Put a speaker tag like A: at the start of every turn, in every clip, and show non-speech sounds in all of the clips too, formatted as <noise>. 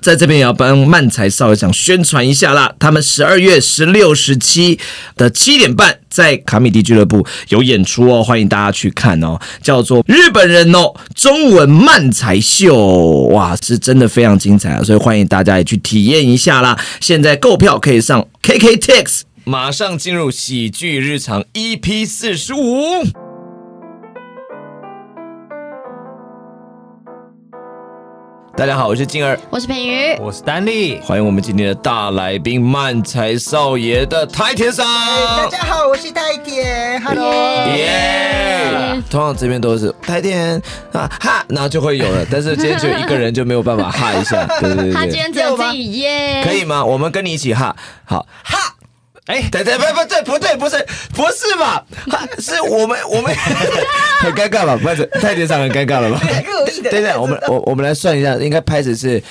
A: 在这边也要帮漫才少爷想宣传一下啦。他们十二月十六、十七的七点半在卡米迪俱乐部有演出哦，欢迎大家去看哦，叫做《日本人哦中文漫才秀》，哇，是真的非常精彩啊，所以欢迎大家也去体验一下啦。现在购票可以上 KKTix。马上进入喜剧日常 EP 四十五。大家好，我是静儿，
B: 我是品瑜，
C: 我是丹力，
A: 欢迎我们今天的大来宾漫才少爷的台田
B: <laughs>
A: 上。
D: 大家好，我是太田，Hello。
A: 耶！通常这边都是台田啊哈，然后就会有
B: <laughs>
A: 了，但是今天就一个人就没有办法哈一下，对对
B: 他
A: 对，
B: 今天只有自己耶，
A: 可以吗？我们跟你一起哈，好哈。哎，对对，不不对，不对，不是，不是吧？哈是我们我
B: <laughs>
A: 们很尴尬吧？不是，太田上很尴尬了吧？
D: 故意的
A: 对对，我们我我们来算一下，应该拍子是。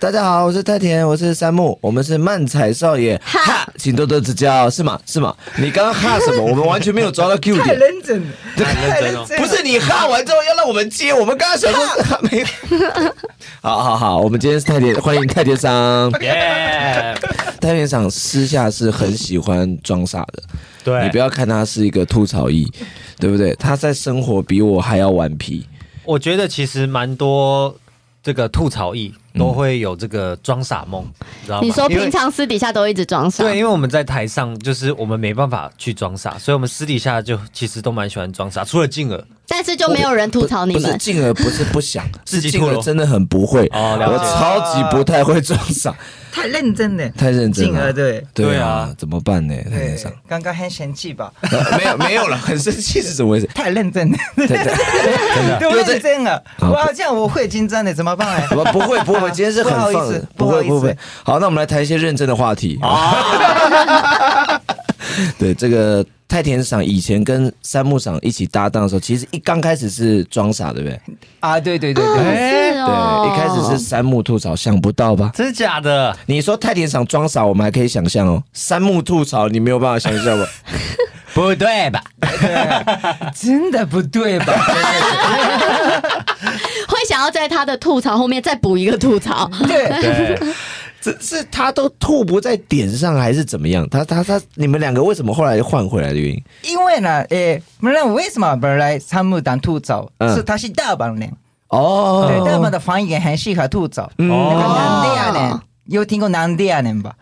A: 大家好，我是太田，我是三木，我们是漫彩少爷，哈，请多多指教，是吗？是吗？你刚刚哈
D: <laughs>
A: 什么？我们完全没有抓到 Q
D: 太
A: 点，
D: 认真了，太认真了，哦
A: 不是你哈完之后要让我们接，我们刚刚想说哈 <laughs> 没。好好好，我们今天是太田，欢迎太田
D: <laughs>
A: 商。
C: 耶！
A: 太田商私下是很喜欢装傻的，
C: 对
A: 你不要看他是一个吐槽艺，对不对？他在生活比我还要顽皮。
C: <laughs> 我觉得其实蛮多这个吐槽艺都会有这个装傻梦，你知道
B: 嗯
C: 吗？
B: 你说
C: 因为
B: 平常私底下都一直装傻，
C: 对，因为我们在台上就是我们没办法去装傻，所以我们私底下就其实都蛮喜欢装傻，除了静儿。
B: 但是就没有人吐槽你
A: 不是
B: 们。
A: 静儿不是不
C: <laughs>
A: 想，
C: 自己
A: 是静
C: 吐
A: 儿
C: 了
A: 真的很不会。
C: 哦了
A: 我
C: 解
A: 超级不太会装傻，
D: 太认真了，
A: 太认真
D: 静
A: 了。
D: 儿对
A: 对
C: 对
A: 啊
C: 啊，
A: 怎么办呢？太认
D: 对
A: 真了。，
D: 哎刚刚很生气吧？
A: <laughs> 呃没有没有了，很生气是怎么回事？ <laughs>
D: 太认真了，
A: 对对
D: <laughs> 都认真了，
A: 好
D: 哇，这样我会紧张的，怎么办 <laughs> 哎？
A: 不不会不会，今天是很
D: 不好意
A: 放
D: 思
A: 的，不会
D: 不好意思
A: 不会。好，那我们来谈一些认真的话题。
C: 哦
A: <laughs> 对，这个太田赏以前跟三木赏一起搭档的时候，其实一刚开始是装傻，对不对？
D: 啊，对对对
B: 哦
D: 对， <laughs>
B: 是哦，
A: 对，一开始是三木吐槽，想不到吧？
C: 真的假的？
A: 你说太田赏装傻，我们还可以想象哦。三木吐槽，你没有办法想象吧？
C: 不对吧？
D: 哎真的不对吧？
B: 会想要在他的吐槽后面再补一个吐槽，
D: <laughs> 对，
C: 对，
A: 这是他都吐不在点上，还是怎么样？他他他，你们两个为什么后来换回来的原因？
D: 因为呢，诶，不然为什么本来三木当吐槽
A: 嗯
D: 是他是大阪人，
A: 哦，嗯
D: 对，大阪的方言很适合吐槽，那个
C: 嗯
D: 南地亚人，有听过南地亚人吧？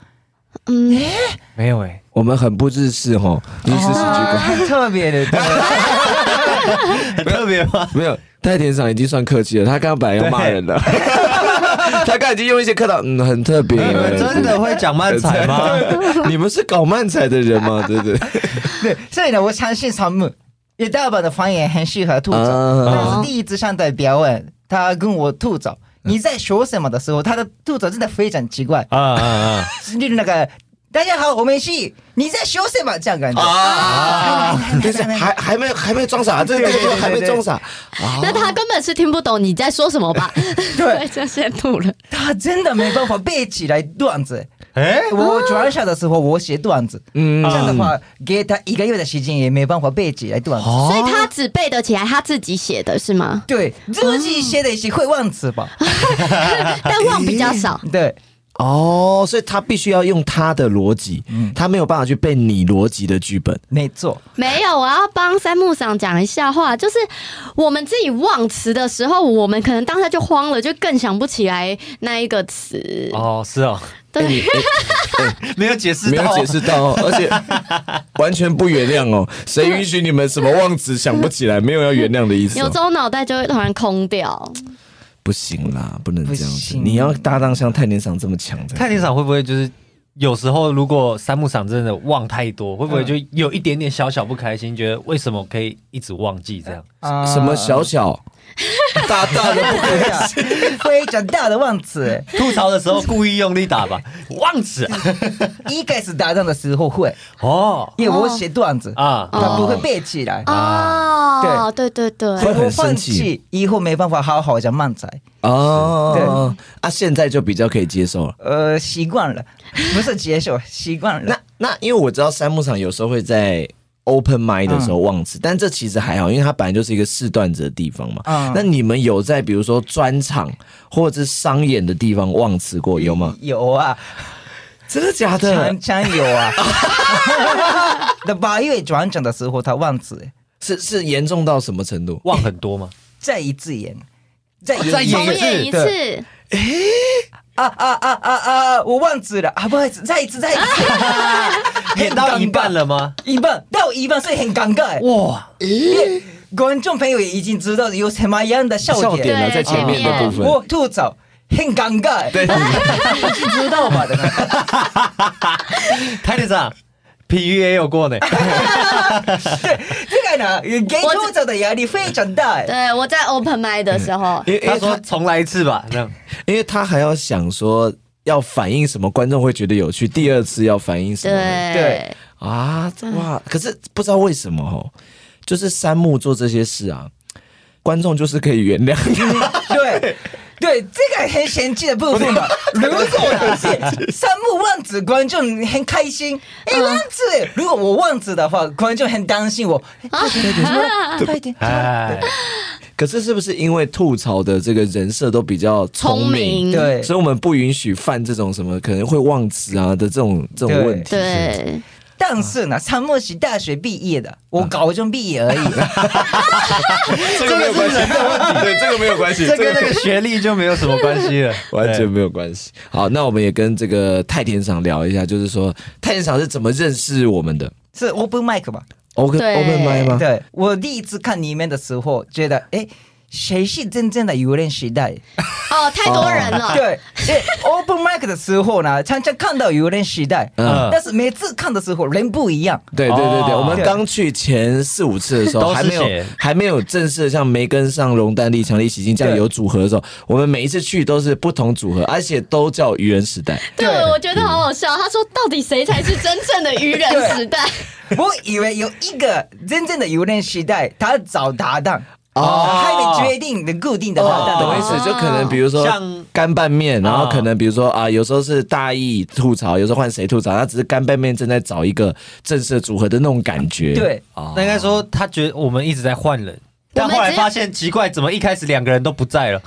B: 嗯，
C: <laughs> 没有哎，
A: 我们很不哦日式哈，日式喜剧馆、
C: 哦
D: 很 <laughs> 特别的，对
C: 很特别吗？
A: 没有。太田赏已经算客气了，他刚刚本来要骂人的， <laughs> 他刚刚已经用一些客套，嗯，很特别，
C: 你们 <laughs> 真的会讲漫才吗？
A: <laughs> 你们是搞漫才的人吗？对不对？
D: 对， <laughs> 所以呢，我相信仓木，也大阪的方言很适合吐槽。
A: 啊
D: 但是第一次上台表演，他跟我吐槽你在说什么的时候，他的吐槽真的非常奇
A: <laughs>
D: 怪，
C: <laughs> 啊啊啊！
D: 例如那个大家好，我们是你在说什么这样感觉。
A: 啊！但是还还没有还没装傻，这个这个还没装傻，
B: 那他根本是听不懂你在说什
A: <laughs>
B: 么吧？ <laughs>
D: 对，
B: 就先吐了。
D: 他真的没办法背起来
A: <laughs>
D: 段子。
C: 哎，
D: 我转校的时候，我写段子，
A: 啊嗯
D: 这样的话给他一个月的时间也没办法背起来段子。
A: 哦
B: 所以他只背得起来他自己写的是吗？
D: 对，自己写的也是会忘词吧？
A: 啊
B: 但忘比较少，
D: 对，
A: 哦，所以他必须要用他的逻辑，他没有办法去背你逻辑的剧本。
D: 没错。
B: 没有，啊我要帮三木赏讲一下话，就是我们自己忘词的时候，我们可能当下就慌了，就更想不起来那一个词。
C: <laughs> 哦，是哦，
B: 对，
C: 没有解释
A: 没
C: 到，
A: 有解释到哦，而且完全不原谅哦。谁允许你们什么忘词想不起来，没有要原谅的意思、
B: 有时
A: 哦？
B: 候脑袋就会突然空掉。
A: 不行啦，不能这样
D: 不
A: 子。
D: 行
A: 你要搭档像太田赏这么强的，
C: 太田赏会不会就是有时候如果三木赏真的忘太多，会不会就有一点点小小不开心，觉得为什么可以一直忘记这 <laughs> 样？
D: 啊
A: 什么小小大大的不
D: <laughs>
A: 可以。
D: 非常大的忘词，
C: 吐槽的时候故意用力打 <laughs> 吧，忘词
D: 一开始搭档的时候会，
C: 哦
D: 因为我写段子，
A: 哦
C: 啊，
D: 他不会背起来，
B: 哦，对对对，
A: 会很
D: 我
A: 生
D: 放
A: 气
D: 弃以后没办法好好讲漫才，
A: 哦，啊，现在就比较可以接受了。
D: 呃，习惯了，不是接受，习惯了
A: 那。那因为我知道三木场有时候会在 open mind 的时候忘词，但这其实还好，因为它本来就是一个试段子的地方嘛。
D: 嗯
A: 那你们有在比如说专场或者是商演的地方忘词过有吗？
D: 有啊，
A: 嗯真的假的
D: 常？常有
A: <laughs>
D: 啊。那八月转场的时候，他忘词，
A: 是是严重到什么程度？
C: 忘很 <laughs> 多吗？
D: 再一次
A: 哦
D: 演，再
C: 再
D: 演一次
B: 重演一
D: 对
B: 次，
D: 啊啊啊啊啊！我忘词了啊，不好意思，再一次，再一
A: <laughs>
D: 次，
C: 演到一半了吗？
D: 一半到一半，所以很尴尬。
C: 哇，
D: 观众朋友也已经知道有什么样的笑点，
A: 笑点呢，在
B: 对
A: 前面的部分。
D: 我吐槽很尴尬，
A: 对，
D: 已经知道吧？
C: 台队长，比喻也有过 <laughs> 呢。
D: <laughs> 这个呢，给吐槽的压力非常大。
B: 对我在 open mind 的时候，
A: 因为因
C: 哎他
A: 为
C: 说
A: 他
C: 重来一次吧，这样。
A: 因为他还要想说要反映什么观众会觉得有趣，第二次要反映什么
D: 对
B: 对，
A: 啊？哇！可是不知道为什么哦，就是山木做这些事啊，观众就是可以原谅他。
D: 对。对，这个很神奇的部分吧。如果你是三木万子，观众很开心。哎，万子，如果我忘子的话，观众很担心我。哎快点，啊快点，
C: <laughs> 哎，
A: 可是是不是因为吐槽的这个人设都比较聪
B: 聪
A: 明？
B: 明，
D: 对，
A: 所以我们不允许犯这种什么可能会忘词啊的这种这种
D: 对
A: 问题。
B: 对，
D: 但是呢，三木是大学毕业的，我高中毕业而已。
A: 这个没有关系，对，这个没有关系
C: 这跟那个学历就没有什么关系了，
A: <laughs> 完全没有关系。好，那我们也跟这个太田厂聊一下，就是说太田厂是怎么认识我们的
D: 是 open mic 吧？
A: ？Open
B: 对
A: Open m i 吗？
D: 对，我第一次看你们的时候，觉得哎。诶谁是真正的游人时代？
B: 哦，太多人
A: 啊
B: 了，
D: 对，哎，open mic 的时候呢，常常看到游人时代，
A: 嗯
D: 但是每次看的时候人不
A: <laughs>
D: 一样。
A: 对对对对，
C: 哦
A: 我们刚去前四五次的时
C: 都
A: 候，
C: 是
A: 还没有
C: 血
A: 还没有正式的像梅根上容丹力、强力喜金这样
D: 对
A: 有组合的时候，我们每一次去都是不同组合，而且都叫愚人时代。
B: 对，
D: 对
B: 我觉得好好笑。他说，到底谁才是真正的愚人时代？
D: 我以为有一个真正的游人时代，他找搭档，
A: 哦
D: 还没决定的固定的搭档
A: 懂我
D: 的
A: 意
D: 位
A: 思？
D: 置。
A: 就可能比如说
C: 像
A: 干拌面，然后
C: 啊
A: 可能比如说啊，有时候是大意吐槽，有时候换谁吐槽，他只是干拌面正在找一个正式的组合的那种感觉。
D: 对
A: 哦
C: 那应该说他觉得我们一直在换人，但后来发现奇怪，怎么一开始两个人都不在了？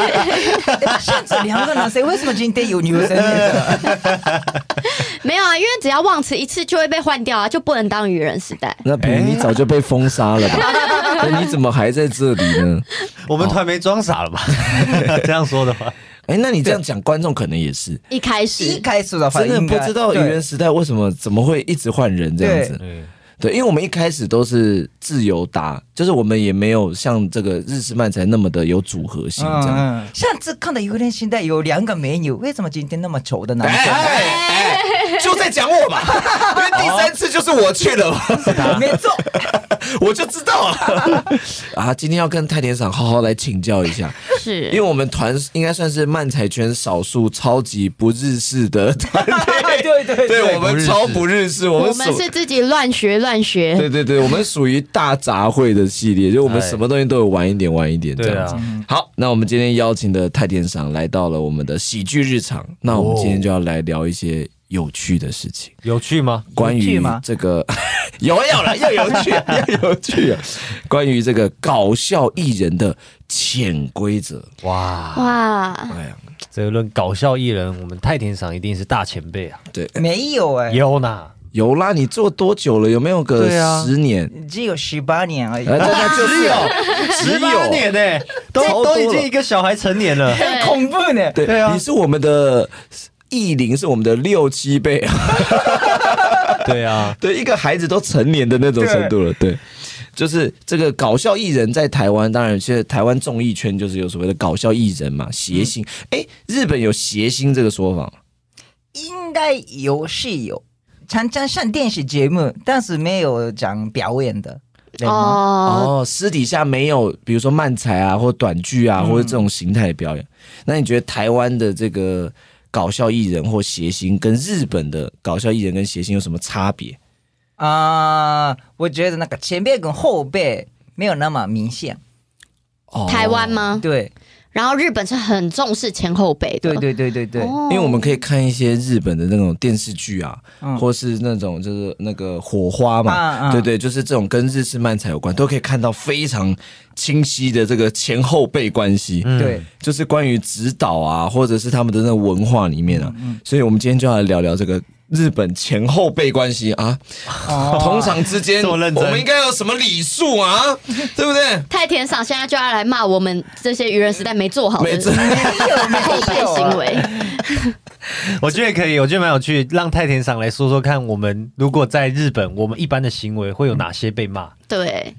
D: 哎甚至两个男生，为什么今天有女
A: <laughs>
D: 生呢？
B: <laughs> 没有啊，因为只要忘词一次就会被换掉啊，就不能当愚人时代。
A: 那比如你早就被封杀了吧？那你怎么还在这里呢？
C: 我们团没装傻 <laughs> 了吧？这样说的话，
A: 哎，那你这样讲，观众可能也是
B: 一开
D: 一
B: 始，
D: 开始的话，
A: 真的
D: 应该
A: 不知道愚人时代为什么怎么会一直换人这样子。
C: 嗯，
A: 对，因为我们一开始都是自由搭，就是我们也没有像这个日式漫才那么的有组合性这样。
D: 嗯嗯，上次看到有人现在有两个美女，为什么今天那么丑的男生？
A: 哎哎，就在讲
D: <laughs>
A: 我嘛，因为第三次就是我去了嘛， <laughs>
D: 没错，
A: 我就知道了。啊，今天要跟太田赏好好来请教一下，因为
B: 是
A: 我们团应该算是漫才圈少数超级不日式的团队，
D: <laughs> 对对对
A: 对我们超不日式，我
B: 我
A: 们
B: 们
A: 属
B: 是自己乱学乱学，
A: <laughs> 对对对，我们属于大杂烩的系列，就我们
C: 哎
A: 什么东西都有玩一点玩一点这
C: 对
A: 样
C: 啊
A: 子。，好，那我们今天邀请的太田赏来到了我们的喜剧日常，那我们今天就要来聊一些有趣的事情，
C: 有趣吗？
A: 关于
D: 吗
A: 这个 <laughs> 有啊有了，又有趣啊，又有趣啊，关于这个搞笑艺人的潜规则。
C: 哇，
B: 哇，
A: 哎呀，
C: 这论搞笑艺人，我们太田赏一定是大前辈啊，
A: 对，
D: 没有哎、
C: 有呢，
A: 有啦，你做多久了？有没有个
C: 对啊
A: 十
C: <laughs>
A: 年？
D: 只有十八年而已。
A: 哎，真的就是哦
C: 十
A: 有，
C: 八年呢，
A: 超
C: 都
A: 多了
C: 都已经一个小孩成年了。
B: 对
D: 很恐怖呢，
A: 对，
C: 对啊
A: 你是我们的艺龄，是我们的六七倍啊，
C: <laughs> 对啊，
A: <laughs> 对，一个孩子都成年的那种程度了，对。就是这个搞笑艺人在台湾，当然现在台湾综艺圈就是有所谓的搞笑艺人嘛，谐星。哎、日本有谐星这个说法吗？
D: 应该有是有，常常上电视节目，但是没有讲表演的人吗。
B: 哦，
A: 哦，私底下没有，比如说漫才啊，或短剧啊，或者这种形态的表演。那你觉得台湾的这个搞笑艺人或谐星，跟日本的搞笑艺人跟谐星有什么差别？
D: 啊、我觉得那个前辈跟后辈没有那么明显。
A: 哦
B: 台湾？吗？
D: 对，
B: 然后日本是很重视前后辈的，
D: 对对对对对，
B: 哦，
A: 因为我们可以看一些日本的那种电视剧啊，
D: 嗯
A: 或是那种就是那个火花嘛，
D: 啊啊
A: 对对，就是这种跟日式漫才有关，都可以看到非常清晰的这个前后辈关系。
C: 嗯
D: 对，
A: 就是关于指导啊，或者是他们的那个文化里面啊，
D: 嗯
A: 所以我们今天就要来聊聊这个日本前后辈关系啊，
D: 嗯哦
A: 同场之间，
C: <laughs> 这么认真
A: 我们应该有什么礼数啊，对不对？
B: 太田赏现在就要来骂我们这些愚人时代没做好
A: 没
B: 的
A: 错
B: 后辈行为，
C: 我觉得可以，我觉得蛮有趣，让太田赏来说说看，我们如果在日本，我们一般的行为会有哪些被骂？
B: 对，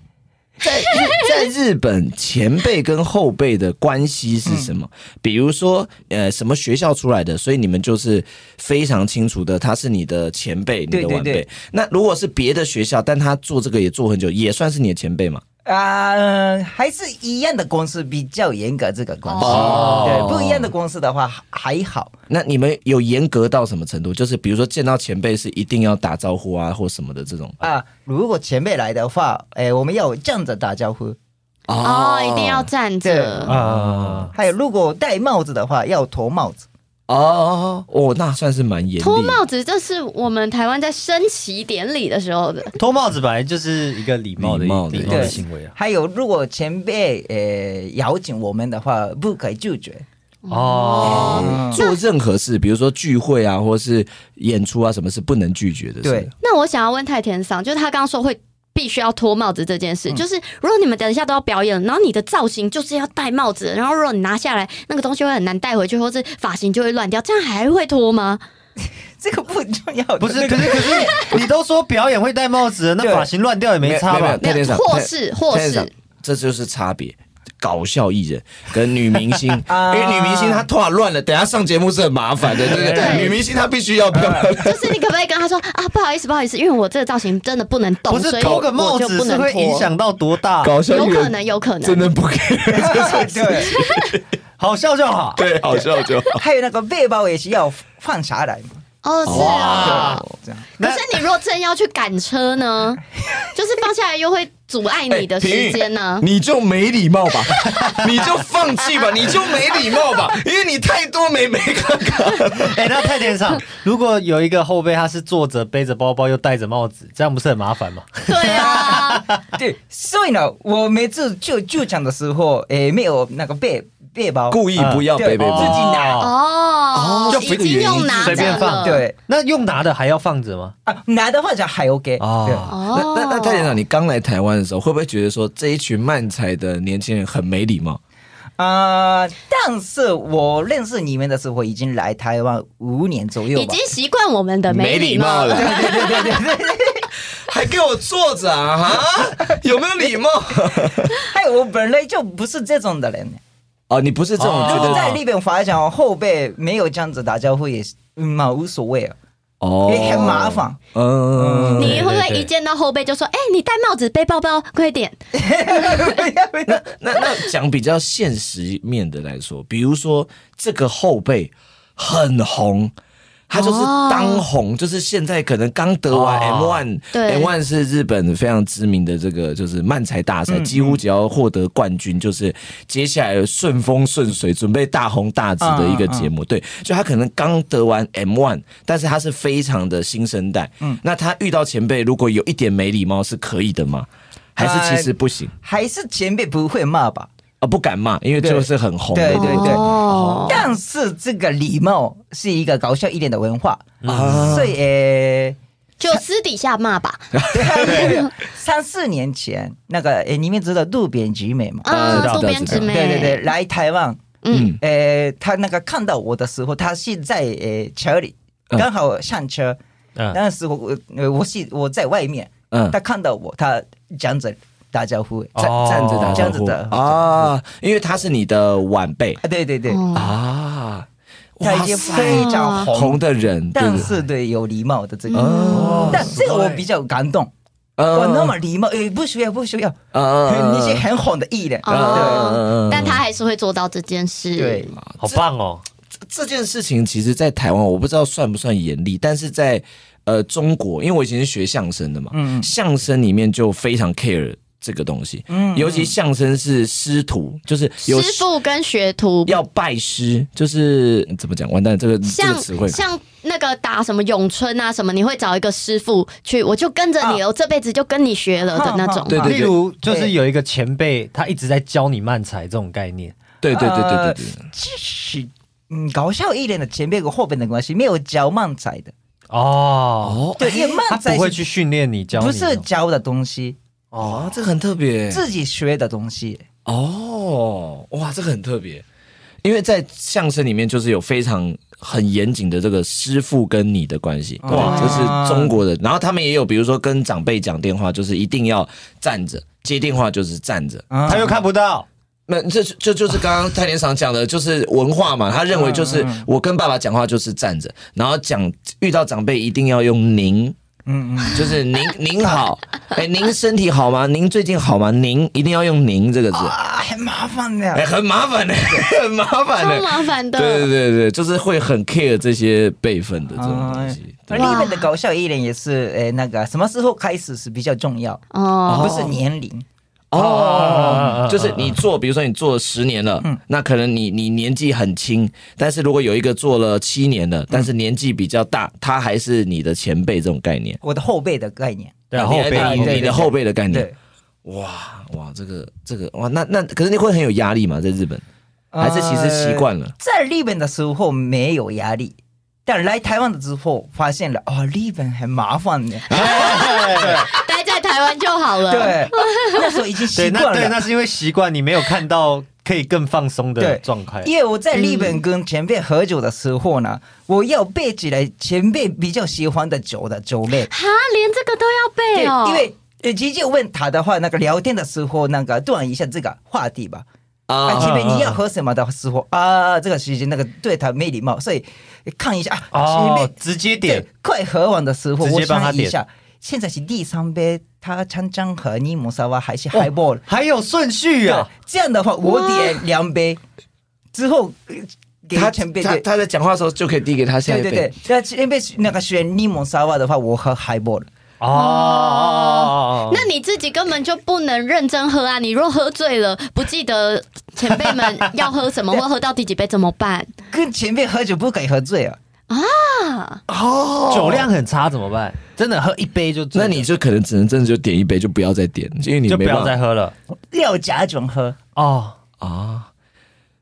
A: 在日在日本，前辈跟后辈的关系是什么？比如说，呃，什么学校出来的，所以你们就是非常清楚的，他是你的前辈，你
D: 对
A: 的晚
D: 对对
A: 辈。那如果是别的学校，但他做这个也做很久，也算是你的前辈嘛？
D: 啊、呃还是一样的公司比较严格这个关系，对，不一样的公司的话还好，
A: 那你们有严格到什么程度？就是比如说见到前辈是一定要打招呼啊，或什么的这种
D: 啊，如果前辈来的话，哎、我们要站着打招呼。
B: 哦，一定要站着
D: 对。
C: 啊、
D: 还有，如果戴帽子的话，要脱帽子。
A: 哦哦，那算是蛮严厉的。
B: 脱帽子，这是我们台湾在升旗典礼的时候的，
C: 脱帽子本来就是一个礼貌的
A: 礼貌的
C: 礼貌的
D: 对
C: 行为啊。
D: 还有，如果前辈呃邀请我们的话，不可以拒绝。
C: 哦，
A: 做任何事，比如说聚会啊，或是演出啊，什么是不能拒绝的。是
D: 对，
B: 那我想要问太田桑，就是他刚刚说会必须要脱帽子这件事，就是如果你们等一下都要表演，然后你的造型就是要戴帽子，然后如果你拿下来那个东西会很难带回去，或是发型就会乱掉，这样还会脱吗？
D: 这个不重要。
C: 不是，
D: 那
C: 可
D: 个
C: 是可是，你都说表演会戴帽子了，那
D: 对
C: 发型乱掉也没差
A: 没有
C: 吧？
A: 太
B: 没
A: 田
B: 有，
A: 赏
B: 或
A: 太
B: 是或
A: 太田
B: 是
A: 赏，这就是差别。搞笑艺人跟女明
B: <laughs>
A: 星，因
D: 啊
A: 为女明星她突然乱了，等下上节目是很麻烦的，对不对？
B: 对
A: 女明星她必须要漂
B: <laughs>
A: 亮。
B: 就是你可不可以跟他说啊，不好意思，不好意思，因为我这个造型真的不能
C: 不
B: 动，
C: 是
B: 所以
C: 脱
B: 我
C: 个帽
B: 就
C: 子
B: 不
C: 是
B: 能
C: 会
B: 脱
C: 影响到多大？
A: 搞笑艺
B: 有可
A: 人
B: 能，有可
A: 真
B: 能。
A: 的不给，
D: <laughs> 对，
C: 好笑就 <laughs> 好。
A: 对，好笑就好。
D: 还有那个背包也是要放下来嘛。
B: 哦，是啊。
D: 这样
B: 可是你如果真要去赶车呢， <laughs> 就是放下来又会阻碍你的
A: 哎平
B: 时
A: 玉
B: 间啊呢。
A: 你就没礼貌吧， <laughs> 你就放弃
B: <laughs>
A: 吧，你就没礼貌吧，因为你太多没没看看。
C: 哎、那太田上，如果有一个后辈他是坐着背着包包又戴着帽子，这样不是很麻烦吗？
B: 对啊，
D: 对，所以呢，我每次就就讲的时候，诶，没有那个背背包，啊
A: 故意不要
D: 对
A: 背背
D: 自
A: 包，
D: 己拿。
A: 哦
B: 哦，
A: 就
B: 已
A: 这个
B: 经
A: 原因
B: 用拿
C: 随
B: 着
C: 便放
B: 了，
D: 对
C: 那用拿的还要放着吗？
D: 啊，拿的话就还 OK
A: 啊
D: 对
C: 哦，
A: 那
B: 哦，
A: 那那蔡店长，你刚来台湾的时候，会不会觉得说这一群漫才的年轻人很没礼貌？
D: 啊、但是我认识你们的时候，已经来台湾五年左右
B: 已
D: 吧
B: 经。习惯我们的礼貌。
A: 了， <laughs> 还给我坐着啊！哈，有没有礼貌？
D: 还哎有，我本来就不是这种的人，
A: 哦，你不是这种
C: 哦
A: 觉
D: 如果
A: 得
D: 在日本发展后辈没有这样子打招呼也是，嗯嘛无所谓啊，
A: 哦
D: 也很麻烦。
A: 嗯，
B: 你会不
C: 对对
B: 会
C: 对
B: 一见到后辈就说：“哎，你戴帽子、背包包，快点
A: <laughs> 那那讲比较现实面的来说，比如说这个后辈很红。他就是当红，就是现在可能刚得完
C: 哦
A: M1，M1、
B: 对
A: M1 是日本非常知名的这个就是漫才大赛，几乎只要获得冠军，就是接下来顺风顺水，准备大红大紫的一个节目。对，就他可能刚得完 M1，但是他是非常的新生代。嗯，那他遇到前辈，如果有一点没礼貌是可以的吗？还是其实不行？
D: <laughs> 还是前辈不会骂吧？
A: 啊，不敢骂，因为就是很红的。
D: 对对对
B: 哦，
D: 但是这个礼貌是一个搞笑一点的文化，
A: 啊
D: 所以呃诶。
B: 就私底下骂
A: <laughs>
B: 吧。
D: 对，三四年前那个，诶，你们知道渡边直美吗？
A: 啊
B: 啊
A: 知，道
B: 渡边直美，
D: 对对对，，来台湾，
B: 嗯，
D: 诶，他那个看到我的时候，他是在诶车里，
A: 嗯
D: 刚好上车，
C: 嗯，
D: 那时候我呃我是我在外面，
A: 嗯，
D: 他看到我，他讲着打招呼，
C: 哦
D: 站
A: 站着打
D: 这
A: 招
D: 样子
A: 呼
D: 的
A: 啊，因为他是你的晚辈
D: 啊，对对对，
B: 哦
A: 啊，
D: 他
A: 哇
D: 已经
A: 塞，
D: 非常红，
A: 红的人，对
D: 但
A: 不对？
D: 是对有礼貌的这个，
A: 哦
D: 但这个我比较感动，
C: 哦
A: 嗯
D: 我那么礼貌，哎诶，不需要不需要，
A: 嗯
D: 你是很红的艺人，
A: 啊
B: 哦，但他还是会做到这件事。
D: 对对，。
C: 好棒哦！
A: 这件事情其实，在台湾我不知道算不算严厉，但是嗯在呃中国，因为我以前是学相声的嘛，相声里面就非常 care 这个东西。尤其相声是师徒，就是有
B: 师傅跟学徒
A: 要拜师，就是嗯怎么讲？完蛋，这个这
B: 像
A: 个词汇。
B: 像那个打什么咏春啊什么，你会找一个师傅去，我就跟着你了，我这辈子就跟你学了的那种。
A: 啊对对
C: 例如就是有一个前辈，他一直在教你慢才这种概念，
A: 对对对对对
D: 呃
A: 对。
D: 即使嗯搞笑艺人的前辈和后辈的关系没有教漫才的，
C: 哦，
D: 对，因为
C: 他
D: 漫
C: 不
D: 才
C: 会
D: 是
C: 去训练你教你，
D: 不是教的东西，
A: 哦，这个很特别。
D: 自己学的东西。
A: 哦，哇，这个很特别，因为在相声里面就是有非常很严谨的这个师傅跟你的关系，哇，这是中国人。然后他们也有，比如说跟长辈讲电话，就是一定要站着。接电话就是站着，
D: 啊
C: 嗯他又看不到，
A: 那这这就是刚刚太田常讲的，就是文化嘛。他认为就是我跟爸爸讲话就是站着，然后讲遇到长辈一定要用您，
D: 嗯嗯，
A: 就是您您好，哎、您身体好吗？您最近好吗？您一定要用您这个字。
D: 啊，很麻烦的
A: 哎、。很麻烦的、很麻烦的、
B: 超麻烦的，
A: 对对对对，就是会很 care 这些辈分的这种东西。
D: 而
A: 对
D: 日本的搞笑艺人也是，诶，那个什么时候开始是比较重要，
B: 哦，
D: 不是年龄。
A: 哦，就是你做，比如说你做十年了，那可能你你年纪很轻，但是如果有一个做了七年了，但是年纪比较大，他还是你的前辈这种概念，
D: 我的后辈的概念，
C: 对啊
A: 你
C: 后辈
A: 你
D: 对对
A: 你的后辈的
C: 嗯
A: 概念
D: 对。，
A: 哇哇，这个这个哇，那那可是你会很有压力嘛？在日本，还是其实习惯了？
D: 在日本的时候没有压力，但来台湾的之后发现了，哦，日本很麻烦
B: <laughs>
D: 的。
C: 哎
B: 待在台湾就好了。，
D: 对，那时候已经习
C: 对，
D: 惯
C: 那对，
D: 了。
C: 那是因为习惯，你没有看到可以更放松的
D: 对
C: 状态。
D: 因为我在日本跟前辈喝酒的时候呢，我要背起来前辈比较喜欢的酒的酒类。
B: 哈，连这个都要背哦，
D: 因为呃直接问他的话，那个聊天的时候，那个断一下这个话题吧。啊，前辈你要喝什么的时候啊，这个时间那个对他没礼貌，所以看一下啊，前
C: 哦
D: 辈，
C: 直接点
D: 对，快喝完的时候，
C: 直
D: 我
C: 接帮他
D: 想一
C: 点
D: 下，现在是第三杯，他常常喝尼姆沙瓦还是 High Ball？
C: 还有顺序
D: 对
C: 啊！，
D: 这样的话我点两杯，之后呃给
A: 他
D: 前辈
A: 他
D: 对
A: 他在讲话的时候就可以递给他下
D: 对
A: 一
D: 对
A: 辈
D: 对。，那前辈那个选尼姆沙瓦的话，我喝 High Ball。
C: 哦哦，哦
B: 那你自己根本就不能认真喝啊！你若喝醉了，不记得前辈们要喝什么，或喝到第几杯怎么办
D: 跟前辈喝酒不可以喝醉啊！
B: 啊？
A: 哦
C: 酒量很差怎么办？真的喝一杯就醉
A: 那
C: 了
A: 你就可能只能真的就点一杯，就不要再点，因为你
C: 就不
A: 没办
C: 要
A: 法
C: 再喝了
D: 要假装喝，
C: 哦。
A: 啊。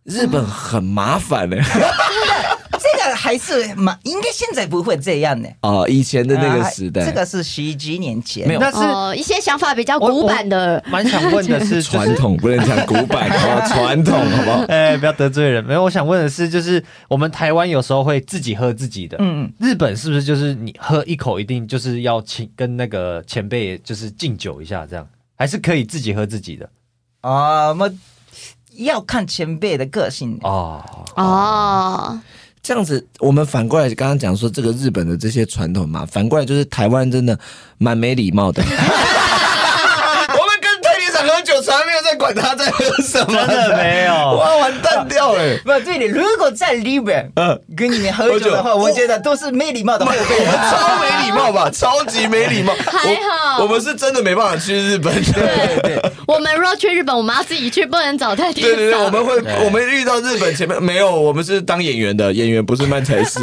A: 日本很麻烦欸 <laughs> 的、
D: 这个还是蛮应该现在不会这样呢。
A: 哦，以前的那个
D: 啊
A: 时代，
D: 这个是十几年前，
A: 没有
C: 但是
B: 哦，一些想法比较古板的
C: 蛮想问
D: <laughs>
C: 的是，就
A: 传
C: 是
A: 统不能讲古 <laughs> 板，好不好？传统好不好？
C: 哎，不要得罪人。没有，我想问的是，就是我们台湾有时候会自己喝自己的，
D: 嗯，
C: 日本是不是就是你喝一口一定就是要请跟那个前辈就是敬酒一下这样？还是可以自己喝自己的
D: 啊，么要看前辈的个性。
C: 哦，
B: 哦。
A: 这样子，我们反过来刚刚讲说这个日本的这些传统嘛，反过来就是台湾真的蛮没礼貌的。 <laughs> 我们跟太田厂喝酒，从来没有在管他在喝什么
C: 真的没
A: <laughs>
C: 有。
A: 哇，完蛋掉欸了、
D: 不对的，如果在日本，
A: 嗯
D: 跟你们喝酒的话，
A: 喝酒
D: 我觉得都是没礼貌的后辈
A: 我。们超没礼貌吧，超级没礼貌。
B: <laughs> 还好
A: 我我们是真的没办法去日本的。
D: 对对，
B: 我们若去日本，我们要自己去，不能找太
A: 对
B: 天
A: 对对，我
B: 嫂。
A: 们会我们遇到日本前面没有，我们是当演员的，演员不是漫才师。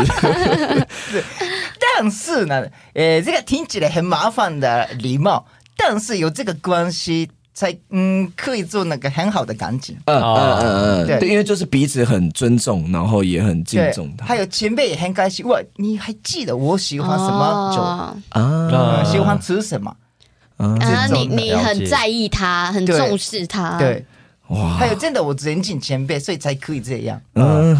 D: 但是呢，呃，这个听起来很麻烦的礼貌，但是有这个关系才嗯可以做那个很好的感情。
A: <laughs> 嗯嗯
C: 哦
A: 嗯嗯，
D: 对
A: 对，因为就是彼此很尊重，然后也很敬
D: 对
A: 重，他。
D: 还有前辈也很开心。哇，你还记得我喜欢什么酒？
B: 哦
A: 啊，
D: 呃
C: 那
D: 喜欢吃什么？
B: 啊，
D: 这种
B: 你你
C: 了解
B: 很在意他，很
D: 对
B: 重视他。
D: 对，
A: 哇，
D: 还有真的我尊敬前辈，所以才可以这样。
B: 哦，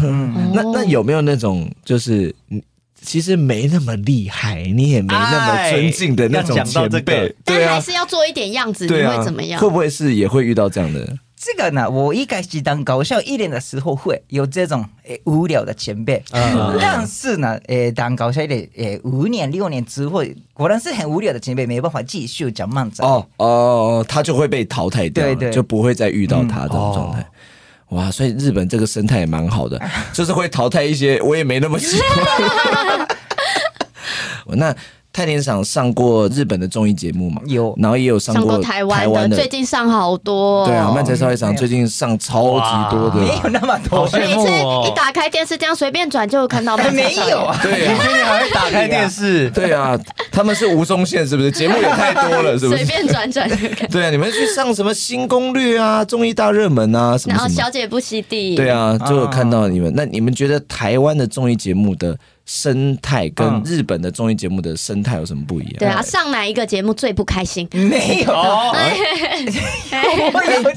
A: 那那有没有那种就是嗯其实没那么厉害，你也没那么尊敬的那种
C: 哎要讲到
A: 前
C: 这
A: 辈
C: 个？
A: 对
B: 但还
A: 啊，
B: 是要做一点样子，你
A: 对啊
B: 会怎么，样
A: 会？不会是也会遇到这样的？
D: 这个呢，我一开始当搞笑艺人的时候会有这种诶无聊的前辈，
C: 嗯
D: 但是呢，诶当搞笑艺人诶五年六年之后，果然是很无聊的前辈，没办法继续讲漫才。
A: 哦哦，他就会被淘汰掉了，
D: 对对嗯
A: 就不会再遇到他这种状态。哇，所以日本这个生态也蛮好的，
D: <laughs>
A: 就是会淘汰一些我也没那么喜欢。那太田赏上过日本的综艺节目嘛，
D: 有
A: 然后也有上
B: 上
A: 过
B: 过台湾的，
A: 的，
B: 最近上好多、哦。
A: 对啊，漫才少爷赏最近上超级多
D: 没有
A: 的，
D: 那么多
C: 好，羡
B: 每
C: 慕
B: 次
C: 哦
B: 一打开电视，这样随便转就看到漫才
D: <laughs> 没
B: 少爷
D: 有啊，
A: 对
C: 你
A: 啊，
C: 最近还会打开电视？
A: 对啊，他们是吴宗宪是不是？节目也太多了是不
B: <laughs> 随
A: 是？
B: 便转转就
A: <laughs>
B: 看。
A: 对啊，你们去上什么新攻略啊、综艺大热门啊什么
B: 然后
A: 什么
B: 小。姐不吸地，
A: 对啊，就有看到你们。那你们觉得台湾的综艺节目的生态跟
D: 嗯
A: 日本的综艺节目的生态有什么不一样？
B: 对啊，上哪一个节目最不开心？
D: 没有，
C: 哦，
A: 哎，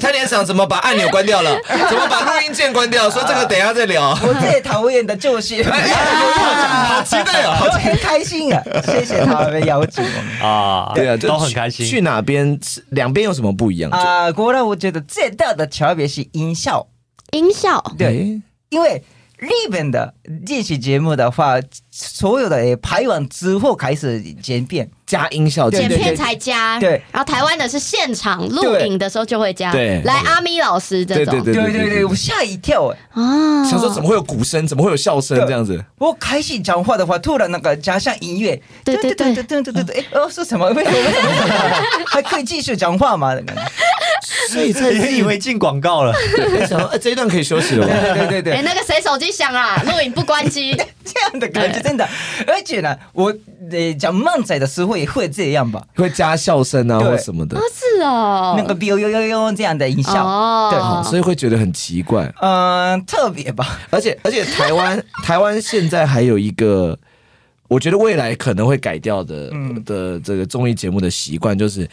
A: 他连想怎么把按钮关掉
B: <laughs>
A: 了，怎么把录音键关掉，说这个等一下再
B: 啊
A: 聊。
D: 我最讨厌的就是，
A: 好期待哦！
D: 我很开心啊，谢谢他们邀请我。
C: 啊，
A: <laughs> 对啊，就
C: 都很
A: 去
C: 开
A: 去
C: 心。
A: 哪边？是两边有什么不一样？就
D: 啊、国内我觉得最大的差别是音效，
B: 音效
A: 哎
D: 对，因为日本的电视节目的话，所有的呃排完之后开始剪片，
A: 加音效，
D: 对
B: 剪
A: 对对
B: 片才加，
D: 对
B: 然后台湾的是现场录影的时候就会加，
A: 对
B: 来阿咪老师这
A: 对
B: 种
A: 对
D: 对对对，我吓一跳哎，
B: 啊，
A: 想说怎么会有鼓声，怎么会有笑声
D: 对
A: 这样子？
D: 我开始讲话的话，突然那个加上音乐，
B: 对对对
D: 对对对对对，哎，哦是什么？为什么为什么为什么还可以继续讲话吗？那个
A: 所以在 <laughs>
C: 你以为进广告了？
A: 对想说，哎，这一段可以休息了吧？
D: 对对对对
B: 哎，，那个谁手机响啦？录影不关机，
D: <laughs> 这样的感觉真的，而且呢，我呃讲漫仔的时候也会这样吧，
A: <laughs> 会加笑声啊
D: 对
A: 或什么的
B: 哦，是哦，
D: 那个 biu 呦呦呦这样的音效，
B: 哦
D: 对，
A: 哦所以会觉得很奇怪。
D: 嗯，特别吧，
A: 而且而且台
D: <laughs>
A: 湾台湾现在还有一个，我觉得未来可能会改掉的、
D: 嗯
A: 的这个综艺节目的习惯，就是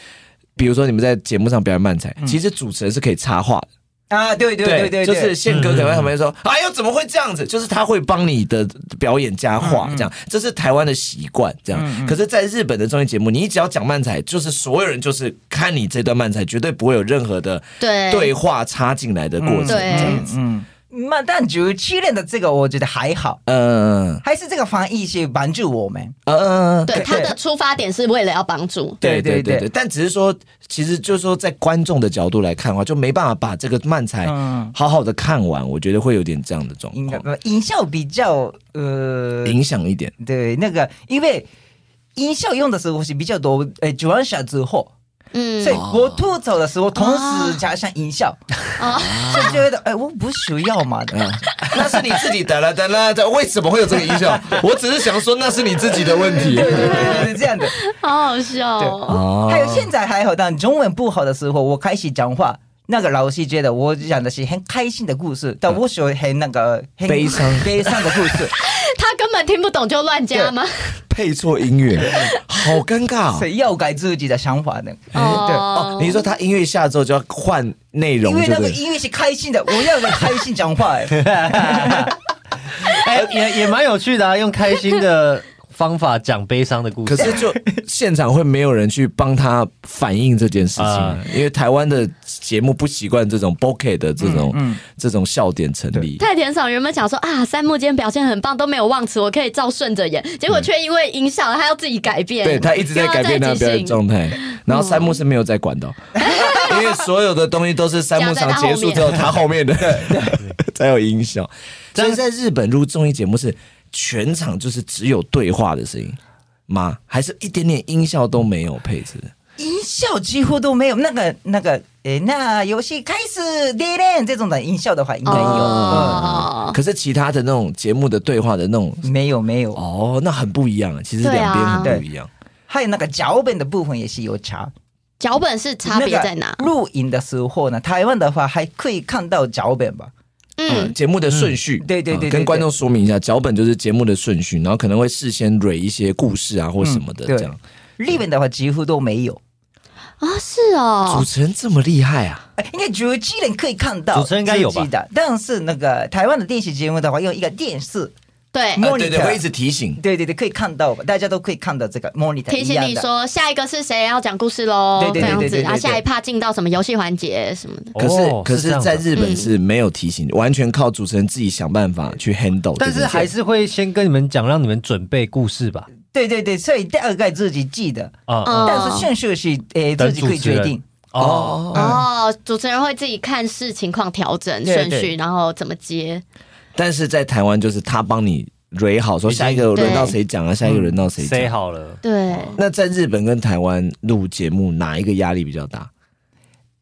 A: 比如说你们在节目上表演漫才，其实主持人是可以插话的。
D: 啊，对嗯对对对，对嗯
A: 就是宪哥可能会旁边说：“哎呦，怎么会这样子？”就是他会帮你的表演加话，
D: 嗯
A: 这样，这是台湾的习惯，这样。可是，在日本的综艺节目，你只要讲漫才，就是所有人就是看你这段漫才，绝对不会有任何的
B: 对
A: 对话插进来的过程，
B: 嗯
A: 这
B: 对
A: 样子。
D: 嗯，那但九七年的这个我觉得还好，
A: 嗯
D: 还是这个翻译是帮助我们。
A: 嗯嗯，
B: 对，他的出发点是为了要帮助，
A: 对对对
D: 对对
A: 对，但只是说，其实就是说，在观众的角度来看的话，就没办法把这个漫才
D: 嗯
A: 好好的看完，我觉得会有点这样的状
D: 应该
A: 况，
D: 呃音效比较呃，
A: 影响一点。
D: 对那个，因为音效用的时候是比较多，呃，转下之后，
B: 嗯
D: 所以我吐槽的时候同时加上音效，
B: 啊，
D: 就觉得哎，我不需要嘛的。
A: 那是你自己的了的了的，为什么会有这个音
D: <laughs>
A: 效？我只是想说那是你自己的问题。
D: <laughs> 对对对对，这样的。
B: 好好笑哦，
A: 哦
D: 还有现在还好，但中文不好的时候，我开始讲话，那个老师觉得我讲的是很开心的故事，但我说很那个很
A: 悲伤
D: 悲伤的故事，
B: 他根本听不懂就乱加吗？
A: 配错音乐，好尴
C: 啊
A: 尬
D: <laughs> 所
A: 哦。
D: 以要改自己的想法的。
A: 哦，你说他音乐下之后就要换内
D: 因
A: 容，
D: 为
A: 对
D: 那
A: 不
D: 个
A: 对？
D: 音乐是开心的，我要的开心讲
C: <laughs>
D: 话。哎
C: 哎，也也蛮有趣的啊，用开心的方法讲悲伤的故
A: 可
C: 事。
A: 是就现场会没有人去帮他反映这件事
C: 啊
A: 情，因为台湾的节目不习惯这种 bokeh 的这种这种笑点成立。
B: 太田爽原本想说啊，三木今天表现很棒，都没有忘词，我可以照顺着演，结果却因为影响，他要自己改变。
A: 嗯对他一直在改变他的表演状态，然后三木是没有在管 <laughs> 的哦，因为所有的东西都是三木场结束之后他后面的 <laughs> 才有音效。所以在日本录综艺节目是全场就是只有对话的声音吗？还是一点点音效都没有配置？
D: 音效几乎都没有，那个那个，哎，那游戏开始 d e 这种的音效的话，应该有，
B: 哦
A: 可是其他的那种节目的对话的那种。
D: 嗯没有没有。
A: 哦，那很不一样啊！其实
B: 对
A: 两
B: 啊
A: 边很不一样。
D: 还有那个脚本的部分也是有差，
B: 脚本是差别在哪？
D: 那个录影的时候呢，台湾的话还可以看到脚本吧？
A: 嗯，
B: 嗯，
A: 节目的顺序，
D: 对对对
A: 啊
D: 对
A: 跟
D: 对
A: 观众说明一下，脚本就是节目的顺序，然后可能会事先蕊一些故事啊或什么的
D: 嗯对
A: 这样。
D: 日本的话几乎都没有，
B: 啊是
A: 嗯主
B: 哦，
A: 持人这么厉害啊！
D: 哎应该主持人可以看到，
C: 主持人应该有吧
D: 的。但是那个台湾的电视节目的话，用一个电视，
B: 对，
D: Monitor
A: 对对，会一直提醒。
D: 对对对，可以看到吧，大家都可以看到这个 monitor
B: 提
D: 一
B: 醒
D: 样
B: 你
D: 的。
B: 说下一个是谁要讲故事喽，
D: 对对对
B: 这样
D: 对对
B: 子，
D: 对
B: 然后
D: 对
B: 下一趴进到什么游戏环节什么的。
A: 可是、
C: 哦
A: 可
C: 这
A: 是
C: 样子
A: 在
C: 啊
A: 日本是没有提醒，完全靠主持人自己想办法去 handle 这件
C: 但
A: 事。
C: 是还是会先跟你们讲，让你们准备故事吧。
D: 对对对，所以大概自己记得，
C: 啊、
B: 嗯
D: 但是顺序是诶、
C: 等
D: 自己可以决
C: 主持
D: 定
C: 人。哦，
A: 嗯
B: 哦，主持人会自己看事情况调整
D: 对
B: 顺
D: 对
B: 序，然后怎么接。
A: 但是在台湾就是他帮你蕊好，说下一个轮到谁讲啊，下一个轮到谁
C: 塞
A: 讲。
C: 好了，
B: 对，
A: 那在日本跟台湾录节目，哪一个压力比较大？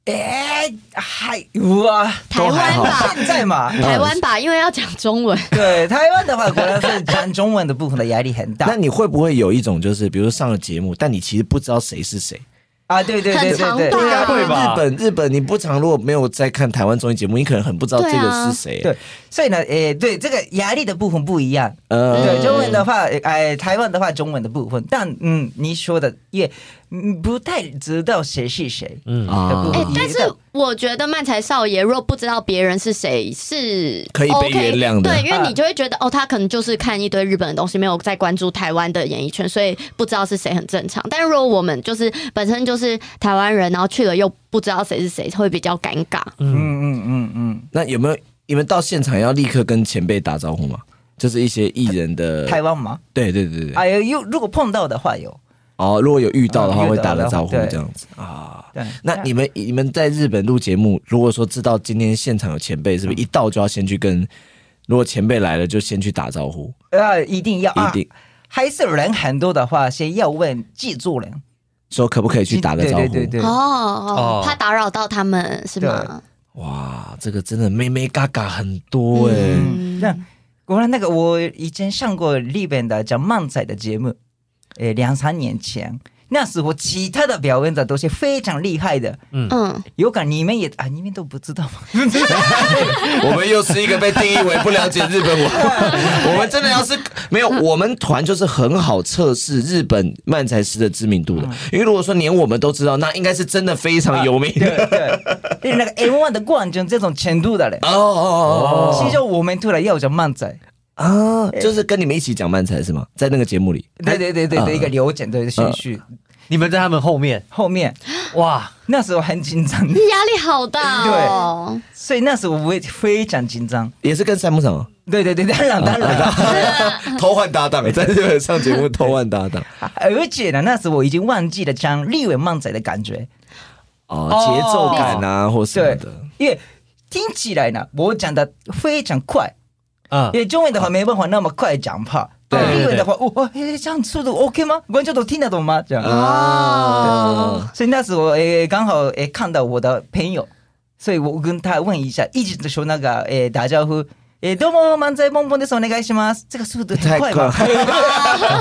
D: 哎，嗨，哇，
B: 台湾
A: 都还
B: 吧，
D: 现
B: <laughs>
D: 在嘛，
B: 台湾吧，因为要讲中文，
D: 对台湾的话，果然是讲中文的部分的压力很
A: 那
D: 大
A: 你会不会有一种就是，比如说上了节目，但你其实不知道谁是谁？
D: 啊！对对对
B: 很常
D: 对对
B: 吧。
C: 应该会吧
A: 日本日本，你不常如果没有在看台湾综艺节目，你可能很不知道这个是谁。
D: 对，所以呢，诶，对这个压力的部分不一样。
A: 呃
D: 对中文的话，诶哎，台湾的话，中文的部分，但嗯，你说的也嗯不太知道谁是谁。
C: 嗯，
A: 啊
D: 的部
B: 哎、
D: 分
B: 但是我觉得漫才少爷若不知道别人是谁，是
A: 可以被
B: OK,
A: 原谅的
B: 对，因为你就会觉得、哦，他可能就是看一堆日本的东西，没有在关注台湾的演艺圈，所以不知道是谁很正常。但如果我们就是本身就是台湾人，然后去了又不知道谁是谁，会比较尴尬。
D: 嗯嗯嗯嗯
A: 那有没有你们到现场要立刻跟前辈打招呼吗？就是一些艺人的
D: 嗯，，台湾吗？
A: 对对呃对对，
D: 哎呦，有如果碰到的话有。
A: 哦，如果有遇到的话
D: 嗯
A: 会
D: 遇到
A: 打个
D: 的话
A: 招呼
D: 对
A: 这样子啊。
D: 对，
A: 那你们你们在日本录节目，如果说知道今天现场有前辈，是不是一到就要先去跟？如果前辈来了，就先去打招呼，
D: 呃，一定要
A: 一定
D: 啊。还是人很多的话，先要问记住人。
A: 说可不可以去打个招呼？
D: 对对对对。
B: 哦
C: 哦，
B: 怕打扰到他们是吗？
A: 哇，这个真的妹妹嘎嘎很多哎、
D: 嗯，那果然那个我以前上过日本的叫漫才的节目，诶，两三年前，那时候其他的表演者都是非常厉害的，
B: 嗯，
D: 有感你们也啊，你们都不知道吗？ <laughs>
A: 我们又是一个被定义为不了解日本 <laughs> 文化。我们真的要是没有，我们团就是很好测试日本漫才师的知名度的。因为如果说连我们都知道，那应该是真的非常有名的。
D: 对对，就是那个 M One 的冠军这种程度的嘞。
A: 哦哦
D: 其实我们突然要讲漫仔，
A: 哦哦啊！就是跟你们一起讲漫才是吗？在那个节目里，
D: 对对对对
A: 嗯
D: 的一个流程，对顺序。
C: 你们在他们后面，
D: 后面
C: 哇，
D: 那时候很紧张，
B: 压力好大哦。
D: 所以那时候我也非常紧张。
A: 也是跟山木 <laughs> 赏
D: 对对对，当然当然。
A: 偷换搭档，欸在日本上节目偷换搭档
D: 而且呢，那时候我已经忘记了讲立伟漫仔的感觉，
A: 哦，节奏感啊或什么
D: 对
A: 的。，
D: 因为听起来呢，我讲的非常快，
C: 嗯
A: <laughs>
D: 因，为中文的话没办法那么快讲话。
C: 对
D: 但
C: 对
D: 英文
C: 对
D: 的话，我我诶这样速度 OK 吗？观众都听得懂吗？这样，
A: 啊哦，
D: 所以那时候诶刚好诶看到我的朋友，所以我跟他问一下，一直说那个诶打招呼，诶どうも漫才ボンボンですお願いします。这个速度
A: 太
D: 很快吧？ <laughs>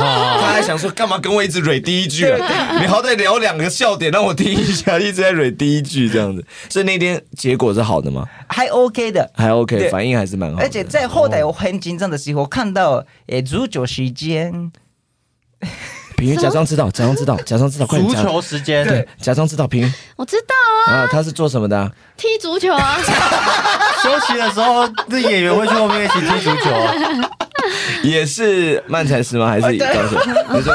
A: 他还想说干嘛跟我一直蕊第一句、啊？你好歹聊两个笑点让我听一下，一直在蕊第一句这样子。所以那天结果是好的吗？
D: 还 OK 的。
A: 还 OK，
D: 对
A: 反应还是蛮好的。
D: 而且在后台我很紧张的时候，看到诶足球时间，
A: 平云假装知道，假装知道，假装知道，快点
C: 足
A: 假
C: 球时间，
A: 对，假装知道平云
B: 我知道啊，
A: 啊，他是做什么的啊、
B: 踢足球啊，
C: 休息的时候，这演员会去后面一起踢足球啊，
A: <laughs> 也是漫才师吗？
D: 哦
A: 还是当时？你说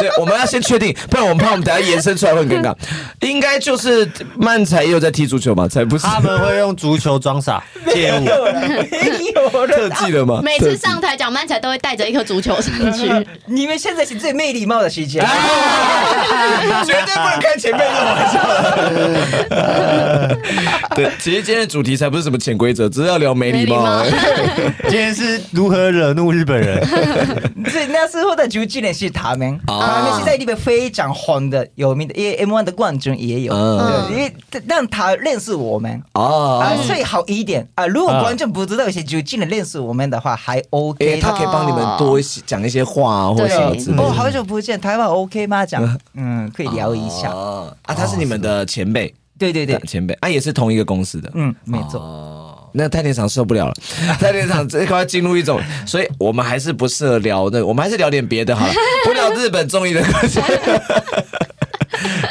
A: 对，我们要先确定，不然我们怕我们等下延伸出来会很尴尬。应该就是漫才也有在踢足球吧？才不是
C: 他们会用足球装傻街
D: <laughs>
C: 舞，
D: 没有了
A: 特技的吗？
B: 每
A: 特
B: 次
A: 技
B: 上台讲漫才都会带着一颗足球上
A: <laughs>
B: 去。
D: 啊你们现在是最没礼貌的时间。
A: 哎绝对不能开前辈这种玩笑。 <laughs> 对，其实今天的主题才不是什么潜规则，只是要聊没礼貌而已。
C: <laughs> 今天是如何惹怒日本人？
D: 所以那时候的九七年是他们，
A: 哦
D: 他们是在里面非常红的、有名的，因为 M 1的冠军也有，
A: 嗯
D: 对，因为但他认识我们。啊
A: 哦，，
D: 所以好一点啊！如果观众不知道一些九七年认识我们的话，还
A: 诶、
D: OK
A: 哎他
D: 的。
A: 可以帮你们多一些讲一些话啊，或
B: 对
A: 什么之类
D: 哦，
A: 的。
D: 好久不见，台湾 OK 吗？讲，嗯，可以聊一下。
A: 哦啊，他是你们的前辈，
D: 对对对，
A: 前辈啊，也是同一个公司的。
D: 嗯，没错。
A: 哦，那太田厂受不了了，太田厂这快要进入一种，所以我们还是不适合聊那，我们还是聊点别的好了，不聊日本综艺的歌曲。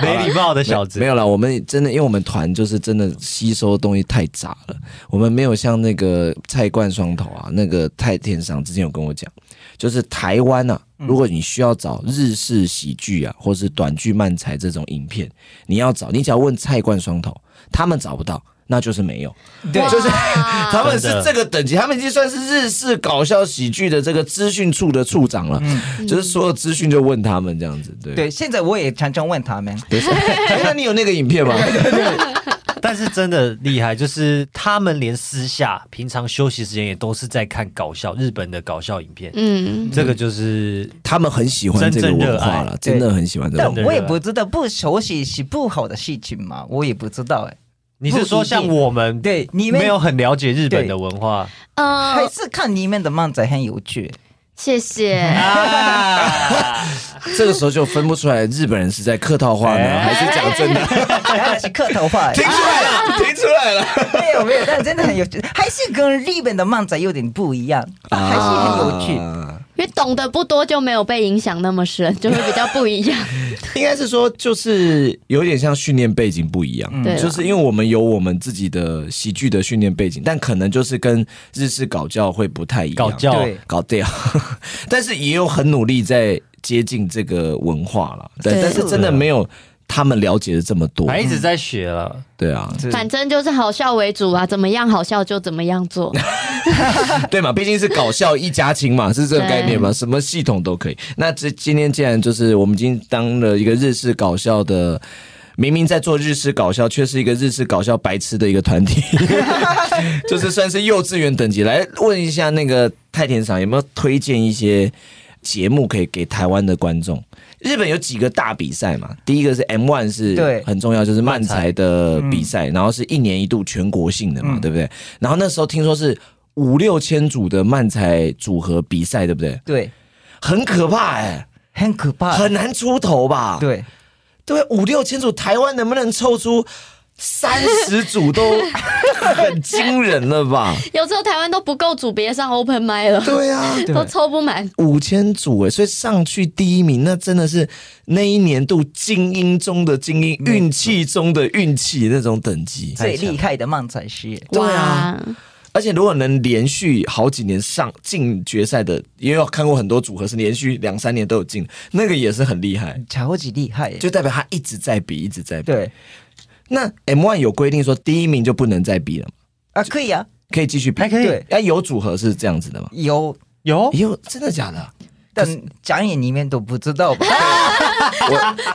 C: 没礼貌的小子，
A: 没有啦，我们真的，因为我们团就是真的吸收的东西太杂了，我们没有像那个菜冠双头啊，那个太田赏之前有跟我讲，就是台湾啊，如果你需要找日式喜剧啊，或是短剧漫才这种影片，你要找，你只要问菜冠双头，他们找不到。那就是没有，
D: 对
A: 就是
B: 哇
A: <laughs> 他们是
C: 真的
A: 这个等级，他们已经算是日式搞笑喜剧的这个资讯处的处长了，就是所有资讯就问他们这样子，对。
D: 对，现在我也常常问他们，
A: 哎，那你有那个影片吗？
C: 但是真的厉害，就是他们连私下平常休息时间也都是在看搞笑日本的搞笑影片，
B: 嗯，
C: 这个就是
A: 他们很喜欢这个文化了，
D: 真
A: 真
D: 正热爱
A: 的很喜欢这个
D: 但
A: 文化。
D: 我也不知道不熟悉是不好的事情嘛，我也不知道哎、
C: 你是说像我们
D: 对你们
C: 没有很了解日本的文化
D: 还
B: 呃，
D: 是看你们的漫才很有趣。 <laughs>
B: 谢谢。
C: 啊？
A: 这个时候就分不出来日本人是在客套话呢，还
C: 哎
A: 是讲 <laughs> 真的。
D: 还是客套话、
A: 停出来
D: <laughs>
A: 了，停出来了。
D: 没有没有，但真的很有趣，还是跟日本的漫才有点不一样，还是很有趣。
A: 啊
B: 因为懂得不多，就没有被影响那么深，就会比较不一样。
A: 应该是说，就是有点像训练背景不一样，
D: 嗯
B: 对啦啊
A: 就是因为我们有我们自己的喜剧的训练背景，但可能就是跟日式搞教会不太一样，
C: 搞教
D: 对
A: 搞掉， <laughs> 但是也有很努力在接近这个文化了，对，
B: 对
A: 但是真的没有他们了解的这么多，
D: 啊
C: 还一直在学了，
A: 对啊，
D: 是
B: 反正就是好笑为主啊，怎么样好笑就怎么样做。
A: <laughs> 对嘛，毕竟是搞笑一家亲嘛，是这个概念嘛，什么系统都可以。那这今天既然就是我们已经当了一个日式搞笑的。明明在做日式搞笑，却是一个日式搞笑白痴的一个团体，就是算是幼稚园等级。来问一下那个太田赏有没有推荐一些节目可以给台湾的观众？日本有几个大比赛嘛？第一个是 M One 是
D: 对
A: 很重要，就是漫才嗯的比赛，然后是一年一度全国性的嘛，对不对？然后那时候听说是五六千组的漫才组合比赛，对不对？
D: 对，
A: 很可怕哎、
D: 很可怕。
A: 很难出头吧？
D: 对，
A: 对，五六千组，台湾能不能凑出三十组都 <laughs> 很惊人了吧？
B: 有时候台湾都不够组别上 open m i 了，
A: 对啊，
B: 都抽不满。
A: 五千组哎，所以上去第一名，那真的是那一年度精英中的精英，运气中的运气那种等级。
D: 最厉害的漫才师，
A: 对啊
B: 哇，
A: 而且如果能连续好几年上进决赛的，也有看过很多组合是连续两三年都有进，那个也是很厉害，
D: 超级厉害。
A: 就代表他一直在比，一直在比。
D: 对
A: 那 M One 有规定说第一名就不能再比了吗？
D: 啊，可以啊，
A: 可以继续比，
C: 还可以
A: 对，哎、有组合是这样子的吗？
D: 有，
C: 有
A: 也有真的假的？
D: 但展演里面都不知道吧？ <laughs>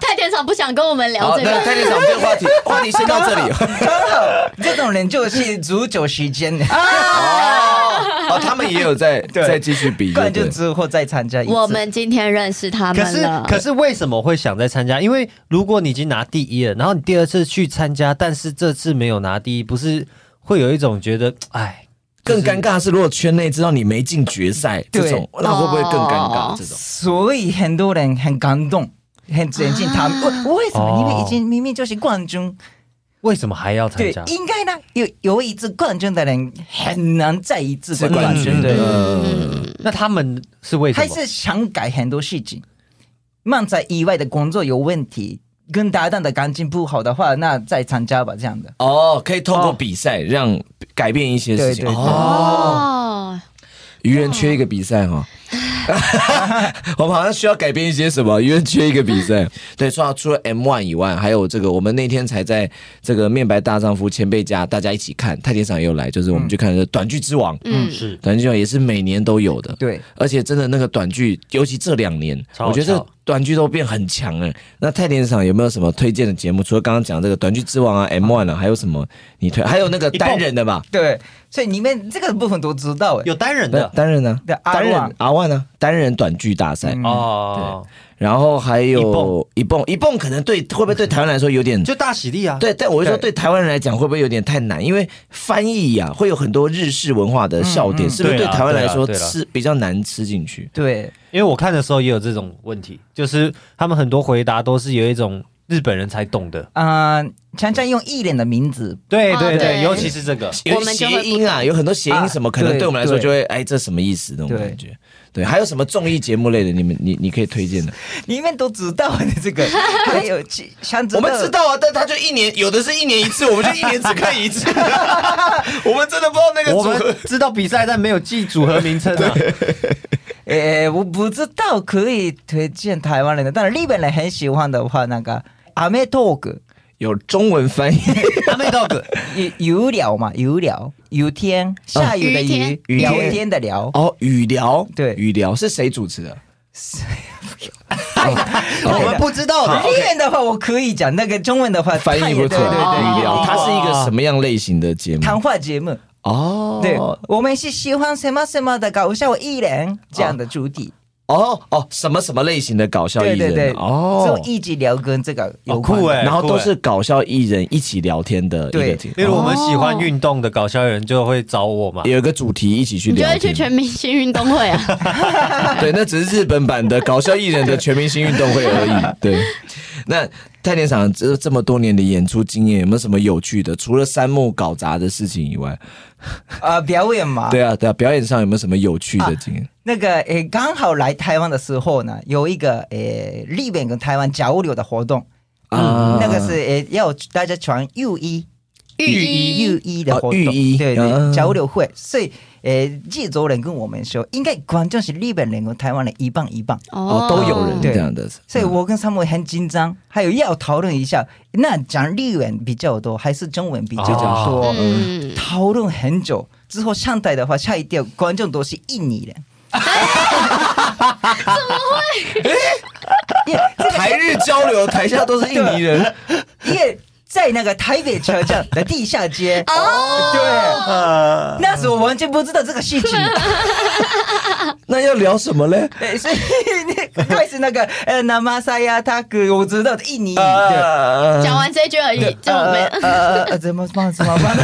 B: 太田厂不想跟我们聊
A: 好，
B: 这
A: 那
B: 个，
A: 太田长这个话题，话题先到这里。
D: 刚好这种人就是煮酒时间，
A: 哦，他们也有在
D: 对
A: 在继续比，<laughs>
D: 不
A: 对
D: 然
A: 不
D: 就
A: 对？
D: 之后再参加一次。
B: 我们今天认识他
C: 可
B: 们
C: 是
B: 了。
C: 可是为什么会想再参加？因为如果你已经拿第一了，然后你第二次去参加，但是这次没有拿第一，不是会有一种觉得哎，
A: 更尴尬的是，如果圈内知道你没进决赛，这
D: 对
A: 种那会不会更尴尬？
B: 哦
A: 这种
D: 所以很多人很感动，很尊敬他们。
B: 啊
D: 为为什么？因为已经明明就是冠军，
C: 为什么还要参
D: 对
C: 加，？
D: 应该呢，有有一次冠军的人很难再一次的冠军，
A: 嗯
D: 对，
A: 嗯
C: 那他们是为什
D: 还
C: 么？
D: 是想改很多事情。漫才以外的工作有问题，跟搭档的感情不好的话，那再参加吧，这样的。
A: 哦，可以透过比赛让改变一些事情。
D: 对对对
A: 哦，
B: 哦，
A: 愚人缺一个比赛哈， <laughs> 我们好像需要改变一些什么？愚人缺一个比赛。对，说到除了 M One 以外，还有这个，我们那天才在这个面白大丈夫前辈家大家一起看，太田赏也有来，就是我们去看的短剧之王。
B: 嗯，
C: 是
A: 短剧之王也是每年都有的，
D: 对，
A: 而且真的那个短剧，尤其这两年，
C: 超
A: 我觉得这个短剧都变很强哎。那太田赏有没有什么推荐的节目？除了刚刚讲这个短剧之王啊、M One 啊，还有什么你推？还有那个单人的吧？
D: 对，所以你们这个部分都知道哎。
C: 有单人
A: 不是
C: 的
A: 单人呢、
D: 对
A: 单人
D: R1
A: R One 呢？单人短剧大赛，
D: 嗯
C: 哦，
A: 然后还
C: 一
A: 有
C: 蹦
A: 一蹦一蹦，可能对会不会对台湾来说有点
C: 就大喜力啊，
A: 对，但我就说
D: 对
A: 对台湾人来讲会不会有点太难？因为翻译呀、会有很多日式文化的笑点，
D: 嗯嗯
A: 是不是对
C: 对啊
A: 台湾来说
C: 对啊对啊
A: 吃比较难吃进去？
D: 对，
C: 因为我看的时候也有这种问题，就是他们很多回答都是有一种日本人才懂的，
D: 嗯，常常用艺人的名字
C: 对
B: 哦
C: 对
B: 对
C: 对，尤其是这个
A: 有
B: 我们就
A: 谐
B: 会不
A: 音啊，有很多谐音什么，
D: 啊
A: 可能
D: 对
A: 对我们来说
D: 对
A: 就会哎，这什么意思那种
D: 对
A: 感觉。对，还有什么综艺节目类的，你们你你可以推荐的？
D: 你们都知道的
A: <laughs>
D: 这个，还有其想知
A: 我
D: 道，
A: 们知道啊，但他就一年，有的是一年一次，我们就一年只看一次。我们真的不知道那个
C: 我
A: 组
C: 们
A: 合。
C: 知道比赛，但没有记组合名称 <laughs> 啊。
D: 诶、我不知道可以推荐台湾人的，但是日本人很喜欢的话，那个《アメトーク
A: 有中文翻 <laughs> 译，
C: 阿妹 dog，》
D: <laughs> 有有聊嘛，有聊，有天下雨的雨，
A: 哦雨天哦
D: 聊天的聊，
A: 哦，语聊，
D: 对
A: 语聊是谁主持的？
D: 哦
E: 我们不知道的。
D: 啊日文的话我可以讲，那个中呃文的话
A: 翻译不错，
D: 对对
A: 语
D: 对，
A: 料，它是一个什么样类型的节目？
D: 谈话节目。
A: 哦，
D: 对，我们是喜欢什么什么的搞笑艺人这样的主题。
A: 哦哦，什么什么类型的搞笑
D: 对
A: 艺
D: 对对
A: 人？，哦
D: 就，一直聊跟这个有
C: 好
D: 关
C: 酷
D: 的。
C: 哎，
A: 然后
C: 酷
A: 都
C: 欸
A: 是搞笑艺人一起聊天的一个
D: 对
A: 节
C: 例
A: 目，
C: 如我们喜欢运动的搞笑人就会找我嘛
A: 哦，有一个主题一起去
B: 你就
A: 聊
B: 会去
A: 天。
B: 全明星运动会啊？
A: <laughs> 对，那只是日本版的搞笑艺人的全明星运动会而已。对，那太田厂这这么多年的演出经验，有没有什么有趣的？除了三木搞砸的事情以外，
D: 啊，表演嘛。
A: 对啊，对啊，表演上有没有什么有趣的经验？
D: 那个诶，刚好来台湾的时候呢，有一个诶日本跟台湾交流的活动，
A: 啊
D: 嗯那个是诶要大家穿浴衣。
B: 浴
D: 浴
B: 衣，
D: 衣的活
A: 哦
D: 动，
A: 浴衣
D: 对
A: 嗯
D: 对交流会，所以诶，制作人跟我们说，应该观众是日本人跟台湾人一半一半，
A: 哦，都有人
D: 对
A: 这样的，
D: 所以我跟他们很紧张，还有要讨论一下，那讲日文比较多还是中文比较多？
A: 哦
B: 嗯，
D: 讨论很久之后上台的话，吓一跳，观众都是印尼人。怎么会？因为
A: 台日交流，台下都是印尼人，
D: 因为在那个台北车站的地下街，哦，对，啊那时候我完全不知道这个事情，
A: 那要聊什么
D: <laughs>
A: 嘞？
D: 对，所以那开始那个呃，南马塞亚塔克，我知道的印尼语，对
A: 呃，
D: 啊
B: 讲完这一句而已，就
D: 呃
B: 没。
D: 呃呃呃，怎么办？怎么办？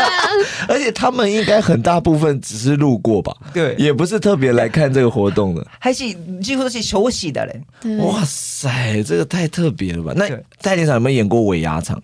D: <laughs>
A: 而且他们应该很大部分只是路过吧，
D: 对
A: 也不是特别来看这个活动的。
D: 还是几乎都是熟悉的人，
A: 哇塞，这个太特别了吧？那
D: 对
A: 戴田厂有没有演过尾牙场？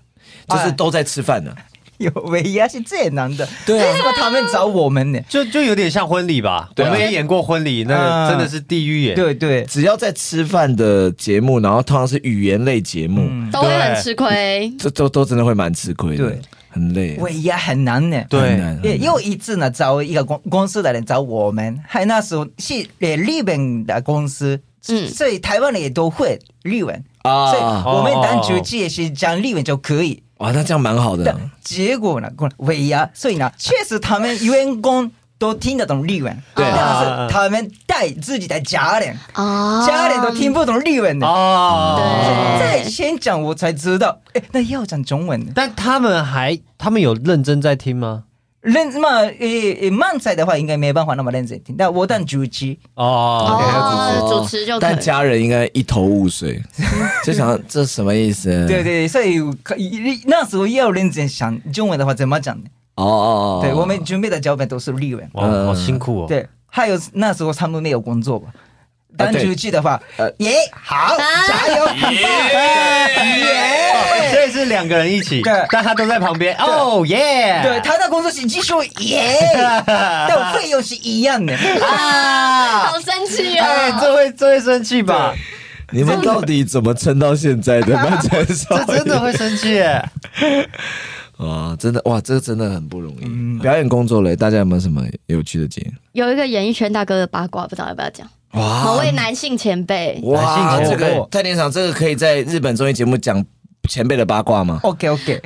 A: 就是
D: 哎
A: 都在吃饭呢。
D: 有唯一是最难的，
A: 对啊
D: 为什么他们找我们呢？
C: 就就有点像婚礼吧。我
A: 对啊
C: 们也演过婚礼，那
D: 啊
A: 嗯
C: 个真的是地狱耶。，
D: 对对，
A: 只要在吃饭的节目，然后通常是语言类节目，
B: 都会很吃亏。
A: 这都都真的会蛮吃亏的
D: 嗯对，
A: 很累。
D: 唯一很难呢。
C: 对
A: 很难
D: 也又一次呢，找一个公公司的人找我们，还那时候是呃日本的公司，
B: 嗯
D: 所以台湾人也都会日文，所以
A: 啊！
D: 我们当主也是讲日文就可以。
A: 哇，那这样蛮好的
D: 但。结果呢，过来尾牙，所以呢，确实他们员工都听得懂日文，
A: 对
D: 但是他们带自己的家人，
B: 啊
D: 家人都听不懂日文的。
C: 哦，
B: 对
D: 在先讲我才知道，哎，那要讲中文的。
C: 但他们还，他们有认真在听吗？
D: 认嘛，诶、诶，漫才的话应该没办法那么认真听，但我当主持，
C: 哦，
B: 哦，主持就可以
A: 但。家人应该一头雾
D: <laughs>
A: 水，就想这什么意思？
D: 对对，所以可以那时候要认真想中文的话怎么讲呢？
A: 哦哦哦，
D: 对我们准备的脚本都是日文，
C: 哇，好辛苦哦。
D: 对，还有那时候他们没有工作吧。当
A: 对
D: 主持的话
A: 呃，
D: 耶，好，加油，很棒
C: 耶！
D: 耶！
C: 所以是两个人一起
D: 对，
C: 但他都在旁边。哦耶！
D: 对，
C: <laughs>
D: 他的工作是技术耶，
A: <laughs>
C: 哎
D: 但费用是一样的。
B: 好生气
C: 啊哎，
B: 哦！
C: 这会这会生气吧？
A: 你们到底怎么撑到现在
D: <laughs>
A: 的？漫才少
C: 这真的会生
A: <laughs>
C: 气耶。
A: 哇，真的哇，这真的很不容易。
D: 嗯
A: 表演工作嘞，大家有没有什么有趣的经验？
B: 有一个演艺圈大哥的八卦，不知道要不要讲？某
C: 啊
A: 哇
B: 位男性前辈，
A: 哇，
C: 男性
A: 这
C: 节目
A: 个太田厂这个可以在日本综艺节目讲前辈的八卦 <laughs> 吗？
D: OK OK，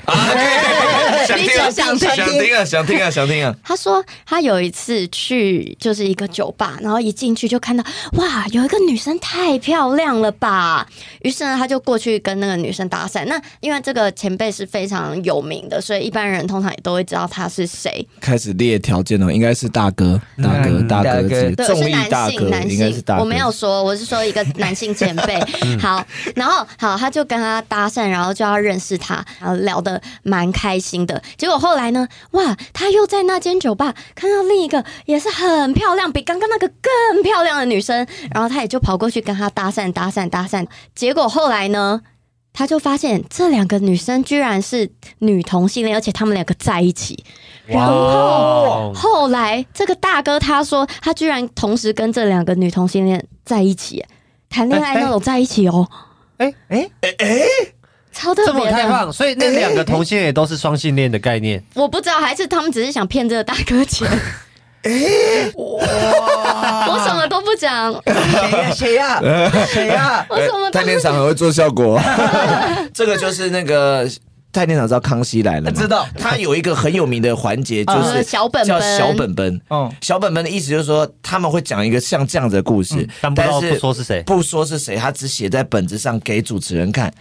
B: 你就想听
A: 想听啊，想听啊，想听啊！
B: 他说他有一次去就是一个酒吧，然后一进去就看到哇，有一个女生太漂亮了吧。于是呢，他就过去跟那个女生搭讪。那因为这个前辈是非常有名的，所以一般人通常也都会知道他是谁。
A: 开始列条件哦了，应该是大哥，大哥，大
D: 大
A: 哥
D: 哥
A: 级，
B: 对，
A: 综
B: 是
A: 艺
B: 男
A: 大哥
B: 性，，男
A: 应该是
B: 性
A: 大，哥。嗯
B: 我没有说，我是说一个
A: <laughs>
B: 男性前辈。好，然后好，他就跟他搭讪，然后就要认识他，然后聊得蛮开心的。结果后来呢，哇，他又在那间酒吧看到另一个也是很漂亮，比刚刚那个更漂亮的女生，然后他也就跑过去跟他搭讪，搭讪，搭讪。结果后来呢？他就发现这两个女生居然是女同性恋，而且他们两个在一起。然后
C: 哇
B: 后来这个大哥他说，他居然同时跟这两个女同性恋在一起，谈恋爱那种在一起哦，
D: 哎，
B: 超特
C: 这么
B: 别
C: 开
B: 的。
C: 放，所以那两个同性恋也都是双性恋的概念。
B: 我不知道，还是他们只是想骗这个大哥
C: <laughs>
B: 钱。我什么都不讲，
D: 谁呀谁呀谁呀？
A: <laughs> 哎
B: 我什么都
A: 太田厂很会做效果，这个就是那个。蔡店长知道《康熙来了》吗？
D: 知道
A: 他有一个很有名的环节，就
B: 嗯
A: 是
B: 小本
A: 叫
B: 本
A: 小本本。
D: 嗯
A: 小本本的意思就是说，他们会讲一个像这样子的故事，
C: 但不知道不说是谁
A: 不说是谁，他只写在本子上给主持人看。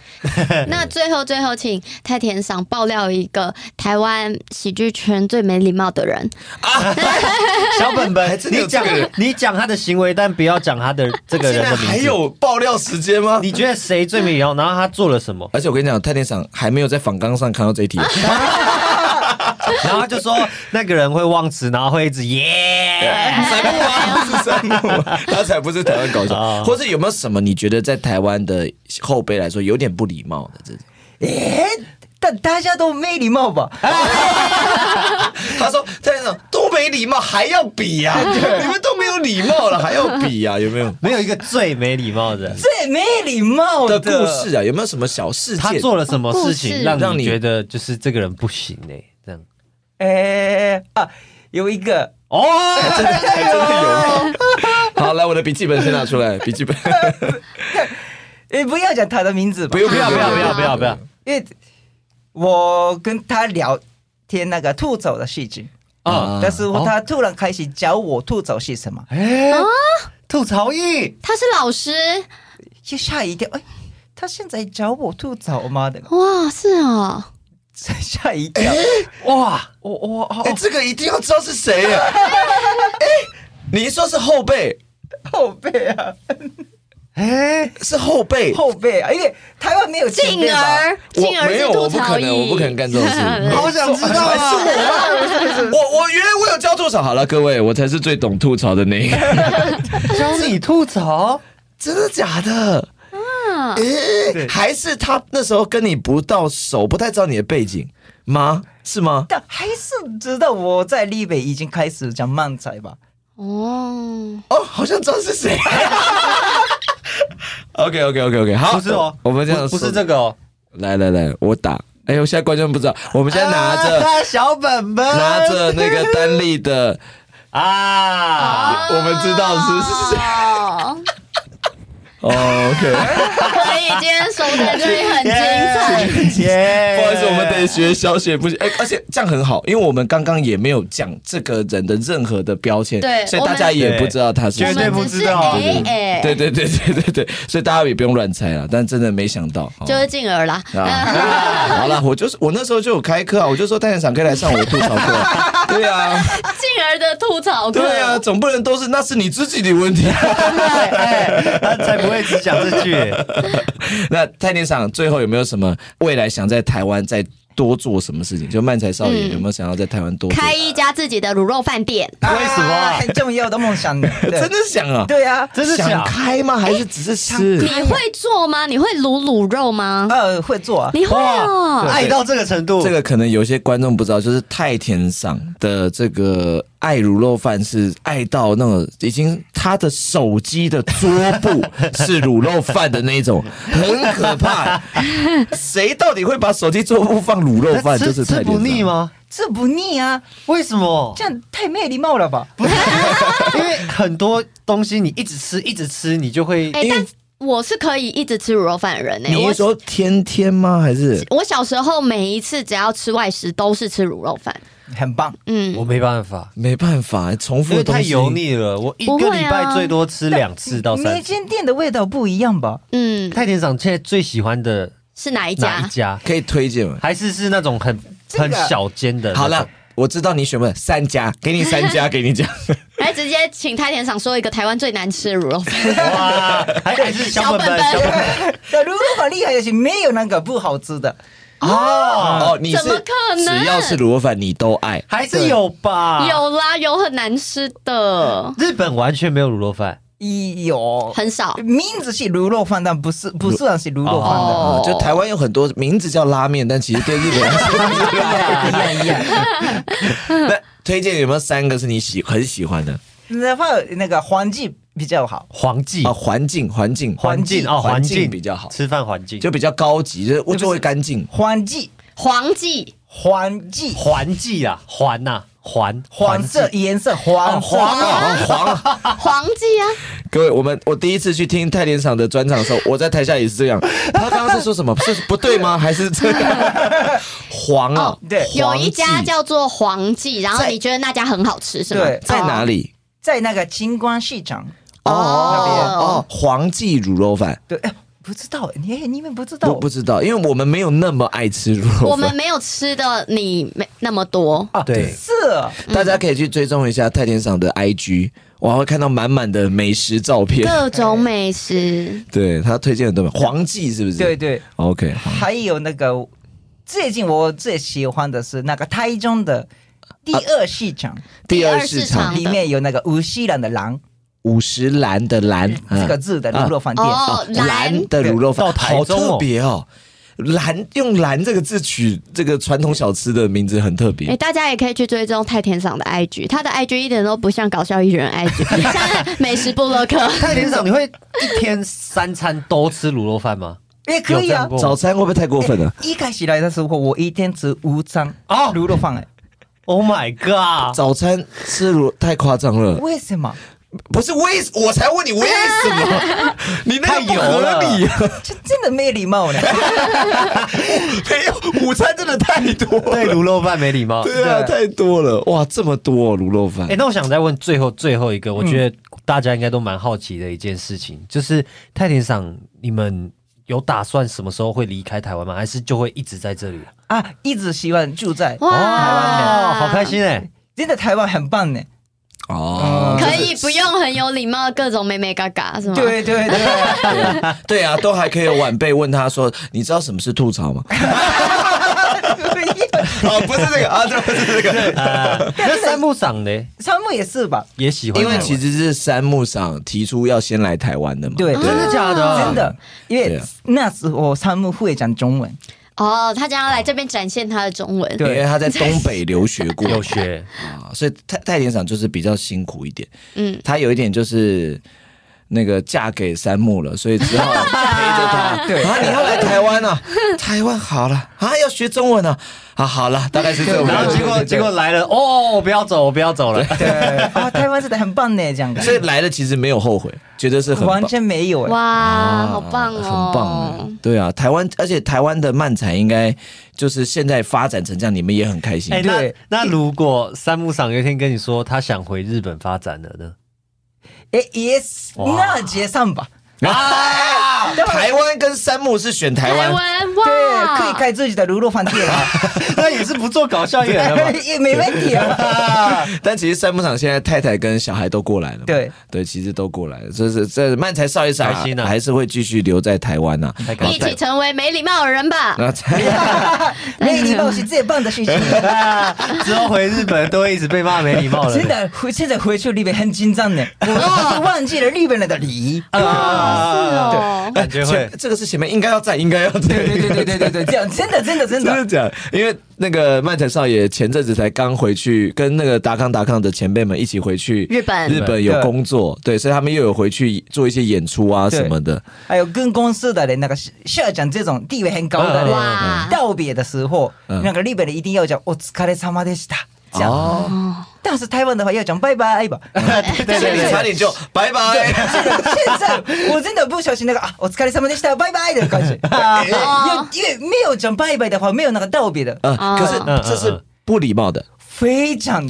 B: 那最后最后，请太田赏爆料一个台湾喜剧圈最没礼貌的人。
C: 小本
A: 还
C: 本，
A: 真的有
C: 你讲
A: 这个人
C: 你讲他的行为，但不要讲他的这个人的名字。
A: 爆料时间吗？
C: 你觉得谁最没礼貌？然后他做了什
A: <laughs>
C: 么？
A: 而且我跟你讲，太田厂还没有在访纲上看到这一题，
C: 然后他就说那个人会忘词，然后会一直耶。
A: <laughs> 三木啊，不是三木啊，他才不是台湾搞笑，
C: 啊
A: 或者有没有什么你觉得在台湾的后辈来说有点不礼貌的这种？
D: 哎，但大家都没礼貌吧？
A: <laughs> 他说太田厂都没礼貌，还要比 <laughs> 呀、你们都没有礼貌了，还要比呀、有没 <laughs> 有？
C: 没有一个最没礼貌的人，
D: 最没礼貌
A: 的
D: 的
A: 故事啊，有没有什么小事
C: 他
A: 件？
C: 做了什么哦事
B: 故
C: 情
B: 事
C: 让
A: 让
C: 你
A: 你
C: 觉得就是这个人不行呢、这样
D: 哎啊，有一个
C: 哦，真的
A: 还 <laughs> 真的有。好，来我的笔记本先拿出来，笔记 <laughs> 本
D: 哎，不要讲他的名字吧
A: 不，用
C: 不要不要不要不要不要
D: 因为我跟他聊天那个吐槽的事情，
A: 啊
D: 但是他突然开始教我吐槽是什么，
C: 哎、吐槽艺
B: 他是老师，
D: 就吓一跳，哎，他现在教我吐槽吗的，
B: 哇，是哦，
D: 吓一跳，
C: 哇，
D: 我我好
A: 哎、这个一定要知道是谁 <laughs> 耶！哎、你一说是后辈，
D: 后背啊，
C: 哎、
A: 是后辈，
D: 后背啊，因为台湾没有前
B: 进
D: 辈吧
B: 而
A: 我
B: 进而
A: 没
B: 是
A: 有，我
B: 吐
A: 不可
B: 槽啊
A: 能，我不可能
B: 艺。
A: 干这
B: <laughs>
A: 种事。 <laughs>
E: 好想知道啊！
A: 我我原来我有教吐槽，好了，各位，我才是最懂吐槽的那一个，
C: 教你吐槽，
A: <laughs> 真的假的？
B: 啊
A: 哎还是他那时候跟你不到手，不太知道你的背景吗？是吗？
D: 但还是知道我在立北已经开始讲漫才吧。
B: 哦，
A: 哦，好像知道是谁。OK OK OK OK，好，
C: 不是哦，
A: 我们这样
C: 不不是
A: 说
C: 这个哦，
A: 来来来，我打。哎呦，现在观众不知道，我们现在拿着、
E: 啊小本本，
A: 拿着那个单立的，
C: <laughs> 啊，
A: <laughs> 我们知道是谁。
B: 哦，
A: 哦 OK，
C: 哎
B: <laughs> 所以今天守在这里很精彩。
C: 耶
A: <laughs> 不好意思，我们得学小雪不行。哎，而且这样很好，因为我们刚刚也没有讲这个人的任何的标签，
B: 对
A: 所以
B: 我
A: 大
B: 们
A: 家也不知道他是
C: 绝
A: 谁。
C: 对
B: 我
C: 不
B: 们只
C: 知
B: 是
C: 道啊
B: 哎哎，
A: 对对对对对对，所以大家也不用乱猜了，但真的没想到，哦
B: 就是进而啦。 <laughs>
A: 啊，好了，我就是我那时候就有开课啊，我就说大现场可以来上我吐槽
B: <laughs>
A: 课，对啊，
B: 进而的吐槽课，
A: 对啊，总不能都是那是你自己的问
B: <laughs>
A: 题。
C: 哎他才不会只讲这
A: <laughs>
C: 句。
A: 那太田厂最后有没有什么未来想在台湾再多做什么事情？就漫才少爷
B: 嗯
A: 有没有想要在台湾多做 <laughs>
B: 开一家自己的卤肉饭店。
C: 为什么
D: 啊
C: 啊
D: 很重要的梦想呢？对
A: 真的想啊？
D: 对啊，
C: 真的
A: 想
C: 假？
A: 开吗？还是只是吃
B: 你？会做吗？你会卤卤肉吗？
D: 呃，会做啊。
B: 你会哦。
C: 爱到这个程度，
A: 这个可能有些观众不知道，就是太田赏的这个爱卤肉饭是爱到那种已经他的手机的桌
C: <laughs>
A: 布是卤肉饭的那一种，很可怕。谁到底会把手机桌布放卤肉
C: 那
A: 饭？
C: 吃
A: 就是太田
C: 吃不腻
A: 赏。
C: 吗？
D: 这不腻啊，
C: 为什么？
D: 这样太没礼貌了吧？
C: 不是， <laughs> 因为很多东西你一直吃，一直吃，你就会
B: 哎、
A: 因为
B: 但我是可以一直吃卤肉饭的人呢、
A: 你
B: 我
A: 是说天天吗？还是
B: 我小时候每一次只要吃外食都是吃卤肉饭，
D: 很棒，
B: 嗯，
C: 我没办法，
A: 没办法重复
C: 因
A: 的
C: 为
A: 东
C: 太
A: 西
C: 油。腻了。我一
B: 不
C: 个
B: 会
C: 礼
B: 啊
C: 拜最多吃两次到
D: 每
C: 三次。
D: 间店的味道不一样吧？
B: 嗯，
C: 太田长现在最喜欢的
B: 是哪一
C: 哪
B: 家？
C: 一家？
A: 可以推荐吗？
C: 还是是那种很
D: 这个
C: 很小间的？
A: 好了，，我知道你选不了三家，给你三家，给你讲。
B: 来直接请太田赏说一个台湾最难吃的卤肉饭。
C: 哇，还还
B: <laughs>
C: 是 <laughs> 小本本，
B: 小
C: 小
B: 本
C: 本本
D: 那如果很厉害的是没有那个不好吃的，
C: <laughs> 哦，
A: 哦，你是
B: 怎么可能
A: 只要是卤肉饭你都爱。
C: 还是有吧？
B: 有啦，有很难吃的，
C: 日本完全没有卤肉饭，
D: 有
B: 很少。
D: 名字是卤肉饭，但不是不算是卤肉饭的。
A: 哦，就台湾有很多名字叫拉面，但其实对日本人是
D: 哎呀，
A: 那推荐有没有三个是你喜很喜欢的
D: 然后那个环境比较好，
C: 黄记
A: 啊？环境，环境，
C: 环境哦，
A: 环
C: 环
A: 境
C: 境
A: 比较好，
C: 吃饭环境
A: 就比较高级，就是我就会干净。
D: 环境
B: 黄记
D: 环境
C: 环记啊，环呐，环
D: 黄色
C: 记
D: 颜色黄
C: 哦黄
A: 啊
D: 色
A: 黄啊，
B: 黄记啊，
A: 各位，我们我第一次去听泰典厂的专场的时候，我在台下也是这样。他刚刚是说 <laughs> 什么？是不对吗？还是这 <laughs> 样？黄啊
B: 哦，
D: 对
B: 有一家
A: 黄记哎
B: 叫做黄记，然后
D: 在
B: 你觉得那家很好吃是吗？
D: 对
A: 在哪里？
D: 在那个金光市场。
A: 哦
B: 哦
A: 哦，黄记卤肉饭，
D: 对，哎，不知道，你你们不知道
A: 我不知道，因为我们没有那么爱吃卤肉饭。
B: 我们没有吃的你没那么多，
D: 啊？
C: 对
D: 是
A: 大家可以去追踪一下太田赏的 IG，我还会看到满满的美食照片。
B: 各种美食。
A: 对他推荐的都没有黄记是不是？
D: 对对，
A: ，OK，
D: 还有那个最近我最喜欢的是那个台中的第二市场，
A: 第二
B: 市
A: 市场
B: 的
D: 里面有那个无锡人的狼
A: 五十兰的兰啊
D: 这个字的卤肉饭店。
B: 哦，蓝
A: 兰的卤肉
C: 到
A: 饭，
C: 台
A: 好
C: 中哦
A: 特别哦。兰用“兰”这个字取这个传统小吃的名字很特
B: 哎、
A: 别，
B: 大家也可以去追踪太田赏的 IG，他的 IG 一点都不像搞笑艺人 IG，像美食部落客。
C: 太田长，你会一天三餐都吃卤肉饭吗？
D: 也可以
C: 有这
D: 啊
C: 样。过
A: 早餐会不会太过分了？
D: 一开始来的时候，我一天吃五餐
C: 哦
D: 卤肉饭，哎，
C: Oh my god！
A: 早餐吃卤太夸张了，
D: 为什么？
A: 不是为我才问你为什么？你那个不
C: 太油了
A: 合理啊，
D: 这真的没礼貌呢。
A: <laughs> 没有午餐真的太多了，
C: 对卤肉饭没礼
D: 哦
C: 貌。
A: 对啊，太多了哇，这么多卤肉饭
C: 哎、，那我想再问最后最后一个，我觉得大家应该都蛮好奇的一件事情，就是太田赏，你们有打算什么时候会离开台湾吗？还是就会一直在这里？
D: 啊，一直喜欢住在
B: 哇
C: 哦，好开心哎、
D: 真的台湾很棒呢。
A: 哦
B: 可以不用很有礼貌，各种美美嘎嘎是吗？，
D: 对对对，
A: 对啊，都还可以有晚辈问他说：“你知道什么是吐槽吗？” <laughs> 哦，不是这个啊，这不是这 <laughs> 个，
C: 啊那三木赏呢
D: 山木也是吧？
C: 也喜欢
A: 因
C: 台湾，
A: 为其实是山木赏提出要先来台湾啊的嘛。
D: 对，真的假的？真的，因
A: 对
D: 为
A: 啊
D: 那时候山木会讲中文，
B: 哦，他将要来这边展现他的中文。
A: 因为他在东北留学
D: <laughs>
A: 过，
C: 有学
A: 啊，所以太太田赏就是比较辛苦一点。
B: 嗯，
A: 她有一点就是那个嫁给三木了，所以只好陪着他。
D: 对
A: 啊，你要来台湾啊？台湾好了啊，要学中文啊啊，好了，大概是这种
D: 对
C: 然
A: 感
C: 后
A: 觉。
C: 结果结果来了，哦，我不要走，我不要走了。
D: 对啊，台湾真的很棒呢，这样感觉
A: 所以来了其实没有后悔，觉得是很棒
D: 完。全没有哎。
B: 哇，
A: 啊
B: 好棒哦，
A: 很棒，对啊，台湾，而且台湾的漫才应该就是现在发展成这样，你们也很开心。
C: 哎、
D: 对
C: 那那如果三木赏有一天跟你说他想回日本发展了呢？
D: 哎，yes，
C: 哇
D: 那解散吧。
A: <laughs> 啊，台湾跟三木是选台
B: 台
A: 湾，
B: 湾
D: 对，
B: 哇，
D: 可以开自己的卤肉饭店啊，
C: <laughs> 那也是不做搞笑演
D: <laughs>
C: 员了 <laughs> 吧？
D: 也没问题啊。
A: 但其实三木场现在太太跟小孩都过来了嘛，
D: 对
A: 对，其实都过来了，就是这漫才少一少、
C: 开心啊
A: 还是会继续留在台湾呐、
C: 太
A: 啊
C: 开心
B: 一起成为没礼貌的人吧。
A: 那才
D: 没礼貌是最棒的事情。
C: 啊 <laughs> 之后回日本都会一直被骂没礼貌了。
D: 真的，回现在回去日本很紧张呢，我已经忘记了日本人的礼仪。
B: 是
C: 啊，
B: 哦，
C: 感觉会
A: 哎前这个是前面应该要在，应该要在，
D: 对对对对对对对，这样真的真的真
A: <laughs> 真的
D: 的，
A: 假的？因为那个漫才少爷前阵子才刚回去，跟那个达康达康的前辈们一起回去
B: 日本
A: 日本有工作，对，所以他们又有回去做一些演出啊什么的。
D: 还有跟公司的人那个社长这种地位很高的人，
B: 哇，
D: 道别的时候，
A: 嗯
D: 那个日本人一定要讲“お疲れ様でした”这样，
A: 哦，
D: 但是台湾的话要讲“拜拜”吧。
C: <laughs> 对对
A: 所以你
C: 对
A: 差点就拜拜。
D: 现在我真的不小心那个啊，お疲れ様でした，拜拜的感觉。因为因为没有讲拜拜的话，没有那个道别的，
A: 呃，
B: 哦
A: 可是这是不礼貌的。
D: 非常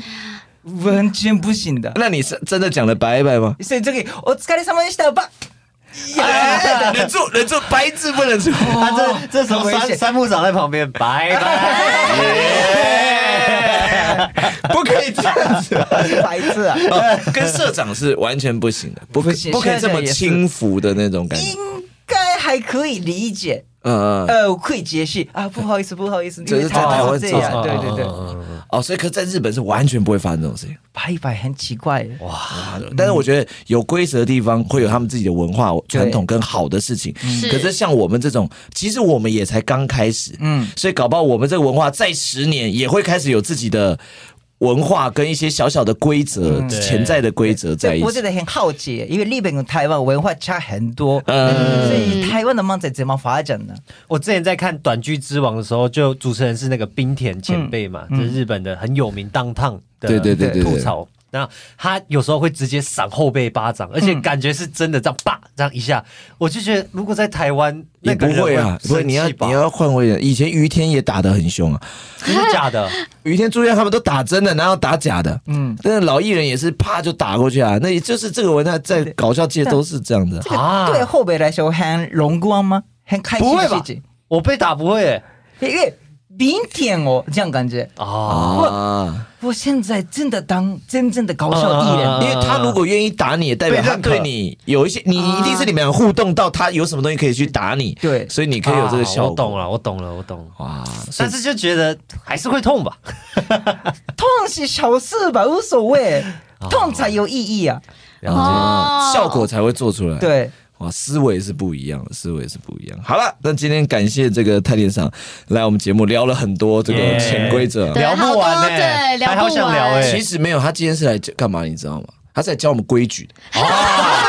D: 完全不行的。
A: 那你是真的讲了拜拜吗？
D: 所以这个お疲れ様でした，拜。
A: 哎忍住，忍住，白字不能出。
C: 他这这时候
D: 很危
C: 三
D: 险
C: 三木长在旁边，拜拜。
A: 不可以这样子、
D: 白痴啊！
A: 哦，跟社长是完全不行的，不可
D: 不行
A: 不可以这
D: 社长
A: 么
D: 也是
A: 轻浮的那种感觉。
D: 应该还可以理解，
A: 嗯嗯，
D: 呃，会解释啊，不好意思，不好意思，
A: 这是
D: 因为
A: 在台湾
D: 是这样，
A: 做
D: 对对对，
C: 对，
A: 哦，所以可在日本是完全不会发生这种事情。
D: 拜拜很奇怪哇，
A: 啊但是我觉得有规则的地方会有他们自己的文化传统跟好的事情。
B: 是
A: 可是像我们这种，其实我们也才刚开始，嗯
D: 嗯，
A: 所以搞不好我们这个文化在十年也会开始有自己的文化跟一些小小的规则、
D: 嗯
A: 潜在的规则在
D: 这
A: 一
D: 我
A: 起
D: 真。的很好奇，因为日本跟台湾文化差很多，
C: 呃
D: 所以台湾的漫才怎么发展呢？
C: 我之前在看《短剧之王》的时候，就主持人是那个冰田前辈嘛，就是日本的很有名当烫
A: 嗯
C: 的
A: 对对对对对
C: 吐槽那他有时候会直接赏后背巴
A: 嗯
C: 掌，而且感觉是真的这样啪这样一下，我就觉得如果在台湾
A: 也
C: 那
A: 不
C: 个人
A: 会啊，不
C: 生
A: 会，你要
C: 气吧
A: 你要换回人。以前于天也打得很凶啊，
C: 真的假
A: <laughs>
C: 的？
A: 于天、朱家他们都打真的，哪有打假的？嗯，但是老艺人也是啪就打过去啊，那也就是这个文化在搞笑界都是这样的。
D: 这
C: 啊
D: 个对后辈来说很荣光吗？很开心
C: 不会
D: 的
C: 吧
D: 事情，
C: 我被打不会欸
D: 因为明天哦，这样感觉。
C: 啊，
A: 啊，
D: 我现在真的当真正的搞笑艺人，
C: 啊
A: 因为他如果愿意打你，也代表
C: 被
A: 他
C: 认可啊
A: 对你有一些，你一定是你们俩互动到他有什么东西可以去打你，
D: 对
A: 所以你可以有这个效果。
C: 啊我懂了，我懂了，我懂了。
A: 哇，所以
C: 但是就觉得还是会痛吧？
D: 痛是小事吧，无所谓，痛才有意义啊。
A: 了解
B: 哦
A: 效果才会做出来。。
D: 对， <laughs>
A: 哇，思维是不一样的，思维是不一样。好了，那今天感谢这个泰电赏来我们节目聊了很多这个
C: Yeah
A: 潜规则。
B: 对
C: 聊不完
B: 好多
C: 呢、
B: 对聊不
C: 还好想聊
B: 完
C: 哎、
A: 其实没有，他今天是来干嘛？你知道吗？他是来教我们规矩的。
B: <laughs>
A: 啊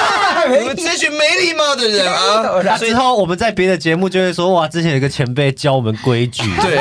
A: 你们这群没礼貌的人啊！
D: 然
C: 之后我们在别的节目就会说，哇，之前有一个前辈教我们规矩，
A: <laughs> 对，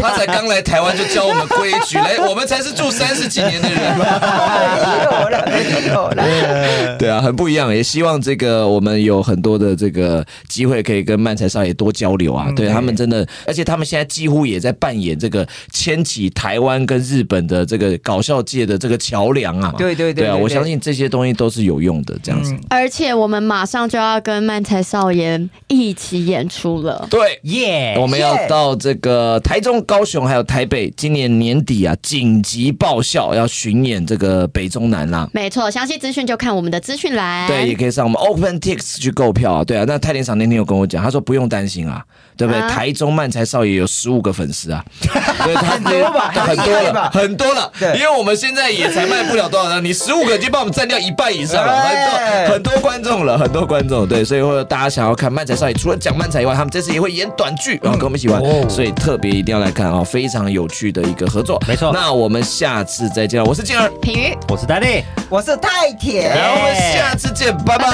A: 他才刚来台湾就教我们规矩，来，我们才是住三十几年的人吧。
D: 后有了，没有了。
A: <laughs> 对啊，很不一样。也希望这个我们有很多的这个机会，可以跟漫才少爷多交流啊。对他们真的，而且他们现在几乎也在扮演这个牵起台湾跟日本的这个搞笑界的这个桥梁啊。
D: 对对对
A: 对啊，
D: 对
A: 我
D: 对
A: 相信这些东西都是有用的，这样子。
D: 嗯
B: 而且我们马上就要跟漫才少爷一起演出了。
A: 对。
C: 耶、
A: 我们要
D: 耶
A: 到这个台中、高雄还有台北，今年年底啊，紧急报效要巡演这个北中南啦、
B: 没错，详细资讯就看我们的资讯栏。
A: 对，也可以上我们 OpenTix 去购票啊。对啊，那泰林厂那天有跟我讲，他说不用担心啊，对不对？
B: 啊
A: 台中漫才少爷有十五个粉丝啊，对，他很
D: 多吧
A: 很多
D: 很厉害
A: 了
D: 吧，
A: 很多了。
D: 对
A: 因为我们现在也才卖不了多少 <laughs> 张，你十五个已经帮我们占掉一半以上了，
D: 哎
A: 很多很多观众了，很多观众。对，所以会有大家想要看漫才少爷，除了讲漫才以外，他们这次也会演短剧，然后跟我们一起玩，
C: 哦
A: 所以特别一定要来看啊，非常有趣的一个合作。
C: 没错
A: 那我们下次再见了，我是静儿，
B: 品瑜，
C: 我是丹尼。
D: 我是太铁。
A: 然后我们下次见，拜拜
B: 拜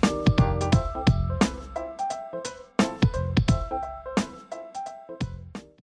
B: 拜。